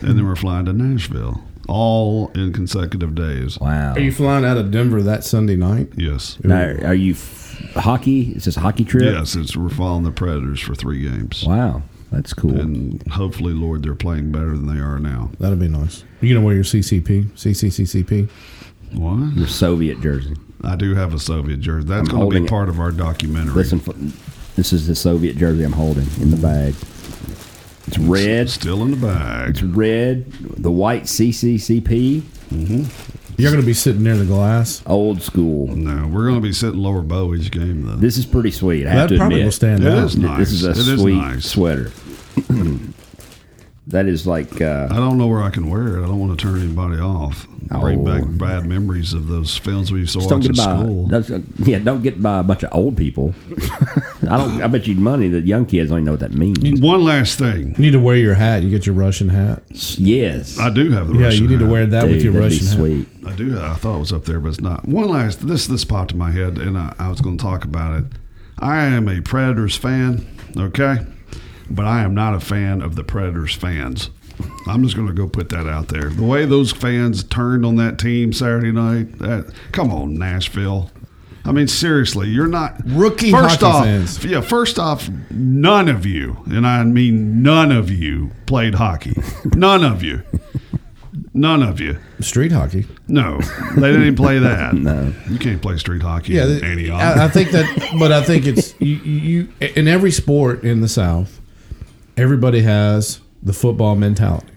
Speaker 1: and then we're flying to Nashville, all in consecutive days.
Speaker 2: Wow.
Speaker 4: Are you flying out of Denver that Sunday night?
Speaker 1: Yes.
Speaker 2: now, are you f- hockey? Is this a hockey trip?
Speaker 1: Yes, it's we're following the Predators for three games,
Speaker 2: Wow. That's cool.
Speaker 1: and hopefully, Lord, they're playing better than they are now.
Speaker 4: That'll be nice. You gonna wear your CCP, CCCCP?
Speaker 1: What?
Speaker 2: Your Soviet jersey.
Speaker 1: I do have a Soviet jersey. That's going
Speaker 2: I'm
Speaker 1: to
Speaker 2: holding
Speaker 1: be
Speaker 2: it.
Speaker 1: part of our documentary.
Speaker 2: Listen, f- this is the Soviet jersey I'm holding in the bag. It's red.
Speaker 1: Still in the
Speaker 2: It's
Speaker 1: bag.
Speaker 2: red. The white CCCP.
Speaker 4: You're gonna be sitting near the glass.
Speaker 2: Old school.
Speaker 1: No, we're going to be sitting lower bow each game, though.
Speaker 2: This is pretty sweet. I have
Speaker 4: That
Speaker 2: to
Speaker 4: probably
Speaker 2: admit.
Speaker 4: will stand
Speaker 1: It
Speaker 4: out.
Speaker 1: is nice.
Speaker 2: This is a
Speaker 1: It is
Speaker 2: sweet
Speaker 1: nice.
Speaker 2: sweater. that is like uh,
Speaker 1: I don't know where I can wear it. I don't want to turn anybody off. Bring
Speaker 2: Oh.
Speaker 1: back bad memories of those films we used to
Speaker 2: just don't
Speaker 1: watch at
Speaker 2: get by.
Speaker 1: school.
Speaker 2: That's, uh, yeah, don't get by a bunch of old people. I don't. I bet you money that young kids don't even know what that means.
Speaker 1: One last thing.
Speaker 4: You need to wear your hat. You get your Russian hat.
Speaker 2: Yes.
Speaker 1: I do have the
Speaker 4: yeah,
Speaker 1: Russian
Speaker 4: you need to
Speaker 1: hat.
Speaker 4: wear that
Speaker 2: Dude,
Speaker 4: with your
Speaker 2: that'd be
Speaker 4: Russian hat.
Speaker 2: sweet.
Speaker 1: I do. I thought it was up there, but it's not. One last. This this popped in my head, and I, I was going to talk about it. I am a Predators fan, okay, but I am not a fan of the Predators fans. I'm just going to go put that out there. The way those fans turned on that team Saturday night. That come on, Nashville. I mean, seriously, you're not
Speaker 4: Rookie
Speaker 1: First
Speaker 4: hockey
Speaker 1: off,
Speaker 4: fans.
Speaker 1: yeah. First off, none of you, and I mean none of you, played hockey. None of you. None of you.
Speaker 4: Street hockey.
Speaker 1: No, they didn't play that.
Speaker 2: No.
Speaker 1: you can't play street hockey.
Speaker 4: Yeah,
Speaker 1: Yeah,
Speaker 4: th-
Speaker 1: in Antioch.
Speaker 4: I, I think that, but I think it's you, you you- in every sport in the South, everybody has the football mentality,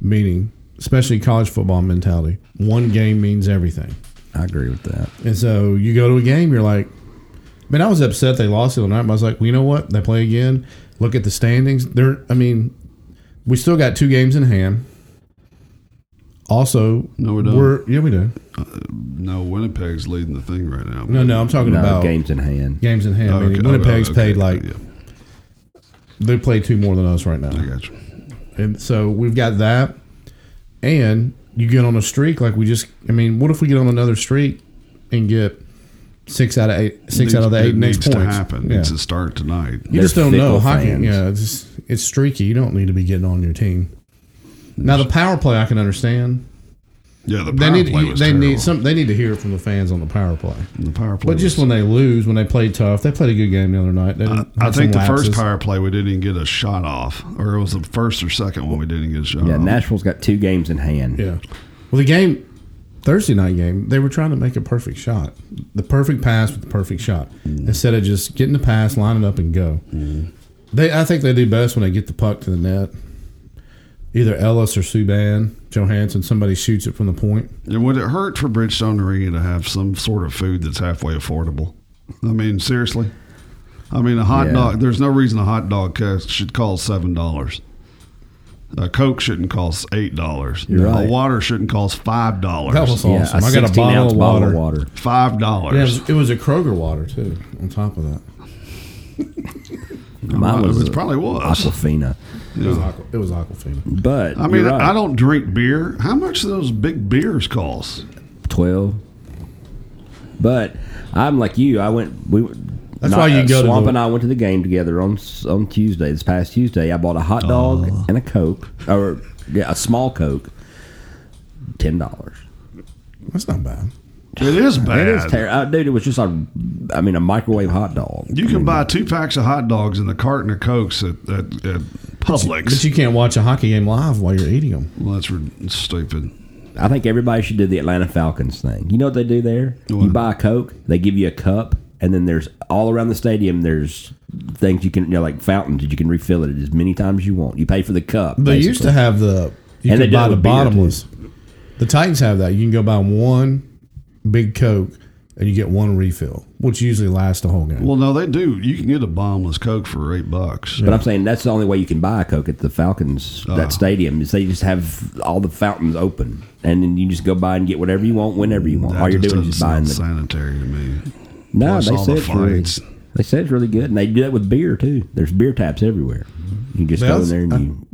Speaker 4: meaning especially college football mentality. One game means everything,
Speaker 2: I agree with that.
Speaker 4: and so you go to a game, you're like, man, I was upset they lost the other night. But I was like, well, you know what? They play again. Look at the standings. They're, I mean, we still got two games in hand. Also,
Speaker 1: No, we don't.
Speaker 4: We're, yeah, we do.
Speaker 1: no, Winnipeg's leading the thing right now.
Speaker 4: No, no, I'm talking
Speaker 2: No
Speaker 4: about
Speaker 2: games in hand.
Speaker 4: games in hand.
Speaker 1: Oh,
Speaker 4: meaning
Speaker 1: okay,
Speaker 4: Winnipeg's
Speaker 1: oh, okay,
Speaker 4: paid like
Speaker 1: yeah,
Speaker 4: they play two more than us right
Speaker 1: I
Speaker 4: now,
Speaker 1: got you.
Speaker 4: and so we've got that. And you get on a streak like we just. I mean, what if we get on another streak and get six out of eight, six out of the
Speaker 1: It
Speaker 4: eight next
Speaker 1: needs to
Speaker 4: points?
Speaker 1: happen.
Speaker 4: Yeah.
Speaker 1: It's a start tonight.
Speaker 4: you just
Speaker 2: They're
Speaker 4: don't know
Speaker 2: fickle
Speaker 4: hockey.
Speaker 2: fans.
Speaker 4: Yeah, it's just, it's streaky. You don't need to be getting on your team. Now the power play, I can understand.
Speaker 1: Yeah, the
Speaker 4: They
Speaker 1: power
Speaker 4: need
Speaker 1: play was
Speaker 4: they
Speaker 1: terrible.
Speaker 4: need some. They need to hear it from the fans on the power play.
Speaker 1: The power play,
Speaker 4: But just
Speaker 1: was-
Speaker 4: when they lose, when they play tough, they played a good game the other night. They didn't-
Speaker 1: I
Speaker 4: had some
Speaker 1: think the first
Speaker 4: lapses.
Speaker 1: power play we didn't even get a shot off, or it was the first or second one we didn't get a shot
Speaker 2: Yeah,
Speaker 1: off.
Speaker 2: Nashville's got two games in hand.
Speaker 4: Yeah. Well, the game Thursday night game, they were trying to make a perfect shot, the perfect pass with the perfect shot, instead of just getting the pass, lining up, and go. They, I think they do best when they get the puck to the net. Either Ellis or Subban, Johansson, somebody shoots it from the point.
Speaker 1: And would it hurt for Bridgestone Arena to have some sort of food that's halfway affordable? I mean, seriously. I mean, a hot
Speaker 2: Yeah.
Speaker 1: dog. There's no reason a hot dog co- should cost seven dollars. A Coke shouldn't cost eight dollars.
Speaker 2: You're right.
Speaker 1: A water shouldn't cost five
Speaker 4: That was
Speaker 1: dollars.
Speaker 2: Yeah,
Speaker 4: awesome.
Speaker 2: a
Speaker 4: I got a
Speaker 2: 16
Speaker 4: bottle
Speaker 2: ounce
Speaker 4: of
Speaker 2: bottle
Speaker 4: water.
Speaker 2: of water.
Speaker 1: Five
Speaker 4: Yeah, it
Speaker 1: dollars.
Speaker 4: was, it was a Kroger water too. On top of that,
Speaker 2: Mine
Speaker 1: It
Speaker 2: was,
Speaker 1: was
Speaker 2: a
Speaker 1: probably was.
Speaker 2: Aquafina.
Speaker 4: it was aqua, it was Aquafina.
Speaker 2: But
Speaker 1: I mean,
Speaker 2: you're right.
Speaker 1: I don't drink beer. How much do those big beers cost?
Speaker 2: 12. But I'm like you. I went. We. That's
Speaker 4: why you go to
Speaker 2: Swamp
Speaker 4: the-
Speaker 2: and I went to the game together on s- on Tuesday. This past Tuesday, I bought a hot dog and a coke, or yeah, a small coke, ten dollars.
Speaker 4: That's not bad.
Speaker 1: It is bad.
Speaker 2: It is terrible, dude. It was just a, I mean, a microwave hot dog.
Speaker 1: You can buy two packs of hot dogs and a carton of cokes at, at, at Publix.
Speaker 4: But you can't watch a hockey game live while you're eating them.
Speaker 1: well, that's re- stupid.
Speaker 2: I think everybody should do the Atlanta Falcons thing. You know what they do there? You
Speaker 1: What?
Speaker 2: buy a Coke, they give you a cup, and then there's all around the stadium. There's things you can, you know, like fountains that you can refill it as many times you want. You pay for the cup.
Speaker 4: They used to
Speaker 2: basically.
Speaker 4: have the you
Speaker 2: And they
Speaker 4: could
Speaker 2: did it
Speaker 4: buy the
Speaker 2: with beer, too.
Speaker 4: bottomless. The Titans have that. You can go buy one big Coke and you get one refill, which usually lasts the whole game.
Speaker 1: Well, no, they do. You can get a bombless Coke for eight bucks.
Speaker 2: But I'm saying that's the only way you can buy a Coke at the Falcons
Speaker 1: Uh-huh.
Speaker 2: that stadium is they just have all the fountains open, and then you just go by and get whatever you want whenever you want.
Speaker 1: That
Speaker 2: all you're
Speaker 1: just
Speaker 2: doing
Speaker 1: doesn't
Speaker 2: is just buying
Speaker 1: sound
Speaker 2: the.
Speaker 1: sanitary to me.
Speaker 2: No,
Speaker 1: plus
Speaker 2: they
Speaker 1: all
Speaker 2: said
Speaker 1: the
Speaker 2: it's really,
Speaker 1: fights.
Speaker 2: they said it's really good, and they do that with beer too. There's beer taps everywhere. You just go in
Speaker 4: That's-
Speaker 2: there and you.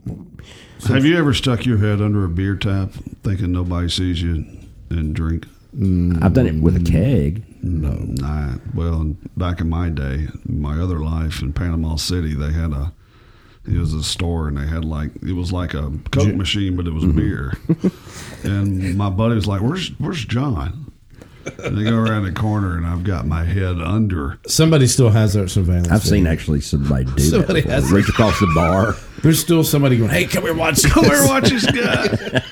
Speaker 1: Have you ever stuck your head under a beer tap thinking nobody sees you and drink?
Speaker 2: I've done it
Speaker 1: Mm.
Speaker 2: with a keg.
Speaker 1: No. I, well, back in my day, my other life in Panama City, they had a. It was a store, and they had like it was like a Coke machine, but it was
Speaker 2: Mm-hmm.
Speaker 1: beer. and my buddy was like, "Where's Where's John?" And they go around the corner, and I've got my head under.
Speaker 4: somebody still has that surveillance.
Speaker 2: I've seen
Speaker 4: video.
Speaker 2: actually somebody do
Speaker 4: Somebody
Speaker 2: that.
Speaker 4: has-
Speaker 2: Before. Reach across the bar.
Speaker 4: There's still somebody going, "Hey, come here, watch." this."
Speaker 1: Come here, watch this guy.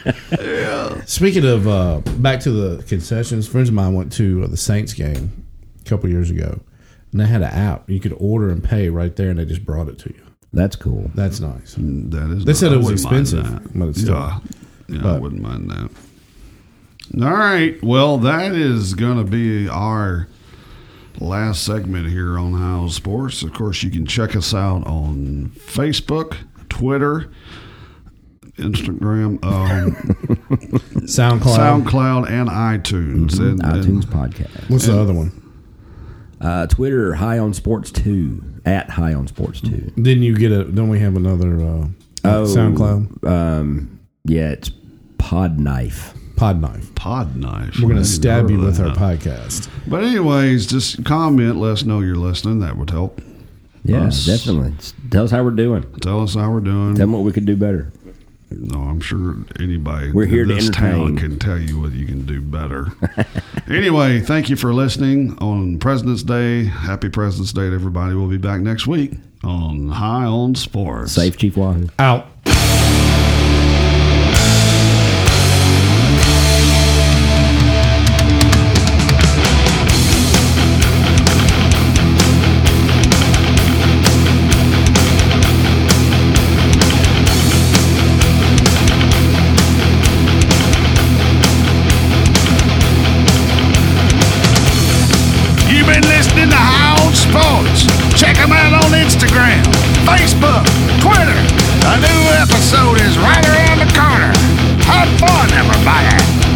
Speaker 4: Speaking of uh, back to the concessions, friends of mine went to uh, the Saints game a couple years ago, and they had an app you could order and pay right there, and they just brought it to you.
Speaker 2: That's cool.
Speaker 4: That's nice.
Speaker 1: That is.
Speaker 4: They said
Speaker 1: I
Speaker 4: it was
Speaker 1: wouldn't mind
Speaker 4: expensive,
Speaker 1: that.
Speaker 4: but it's still-
Speaker 1: yeah, yeah, I
Speaker 4: but-
Speaker 1: wouldn't mind that. All right. Well, that is going to be our last segment here on Howl Sports. Of course, you can check us out on Facebook, Twitter, Instagram, um,
Speaker 4: SoundCloud.
Speaker 1: SoundCloud, and iTunes.
Speaker 4: Mm-hmm.
Speaker 1: And,
Speaker 2: iTunes
Speaker 1: and
Speaker 2: podcast.
Speaker 4: What's the other one?
Speaker 2: Uh, Twitter, High on Sports 2, at High on Sports 2.
Speaker 4: Didn't you get a? Don't we have another uh,
Speaker 2: Oh.
Speaker 4: SoundCloud
Speaker 2: Um, yeah, it's Pod Knife.
Speaker 4: pod knife?
Speaker 1: Pod Knife.
Speaker 4: We're
Speaker 1: I
Speaker 4: going
Speaker 1: didn't
Speaker 4: to stab
Speaker 1: heard
Speaker 4: you
Speaker 1: of
Speaker 4: with
Speaker 1: that.
Speaker 4: our podcast.
Speaker 1: But anyways, just comment. Let us know you're listening. That would help.
Speaker 2: Yeah,
Speaker 1: Us.
Speaker 2: definitely. It's- tell us how we're doing.
Speaker 1: Tell us how we're doing.
Speaker 2: Tell them what we could do better.
Speaker 1: No, I'm sure anybody
Speaker 2: We're here
Speaker 1: in
Speaker 2: to
Speaker 1: this
Speaker 2: entertain.
Speaker 1: town can tell you what you can do better. anyway, thank you for listening on President's Day. Happy President's Day to everybody. We'll be back next week on High on Sports.
Speaker 2: Safe, Chief Wahoo.
Speaker 4: Out.
Speaker 3: You've been listening to Hound Sports. Check them out on Instagram, Facebook, Twitter. A new episode is right around the corner. Have fun, everybody.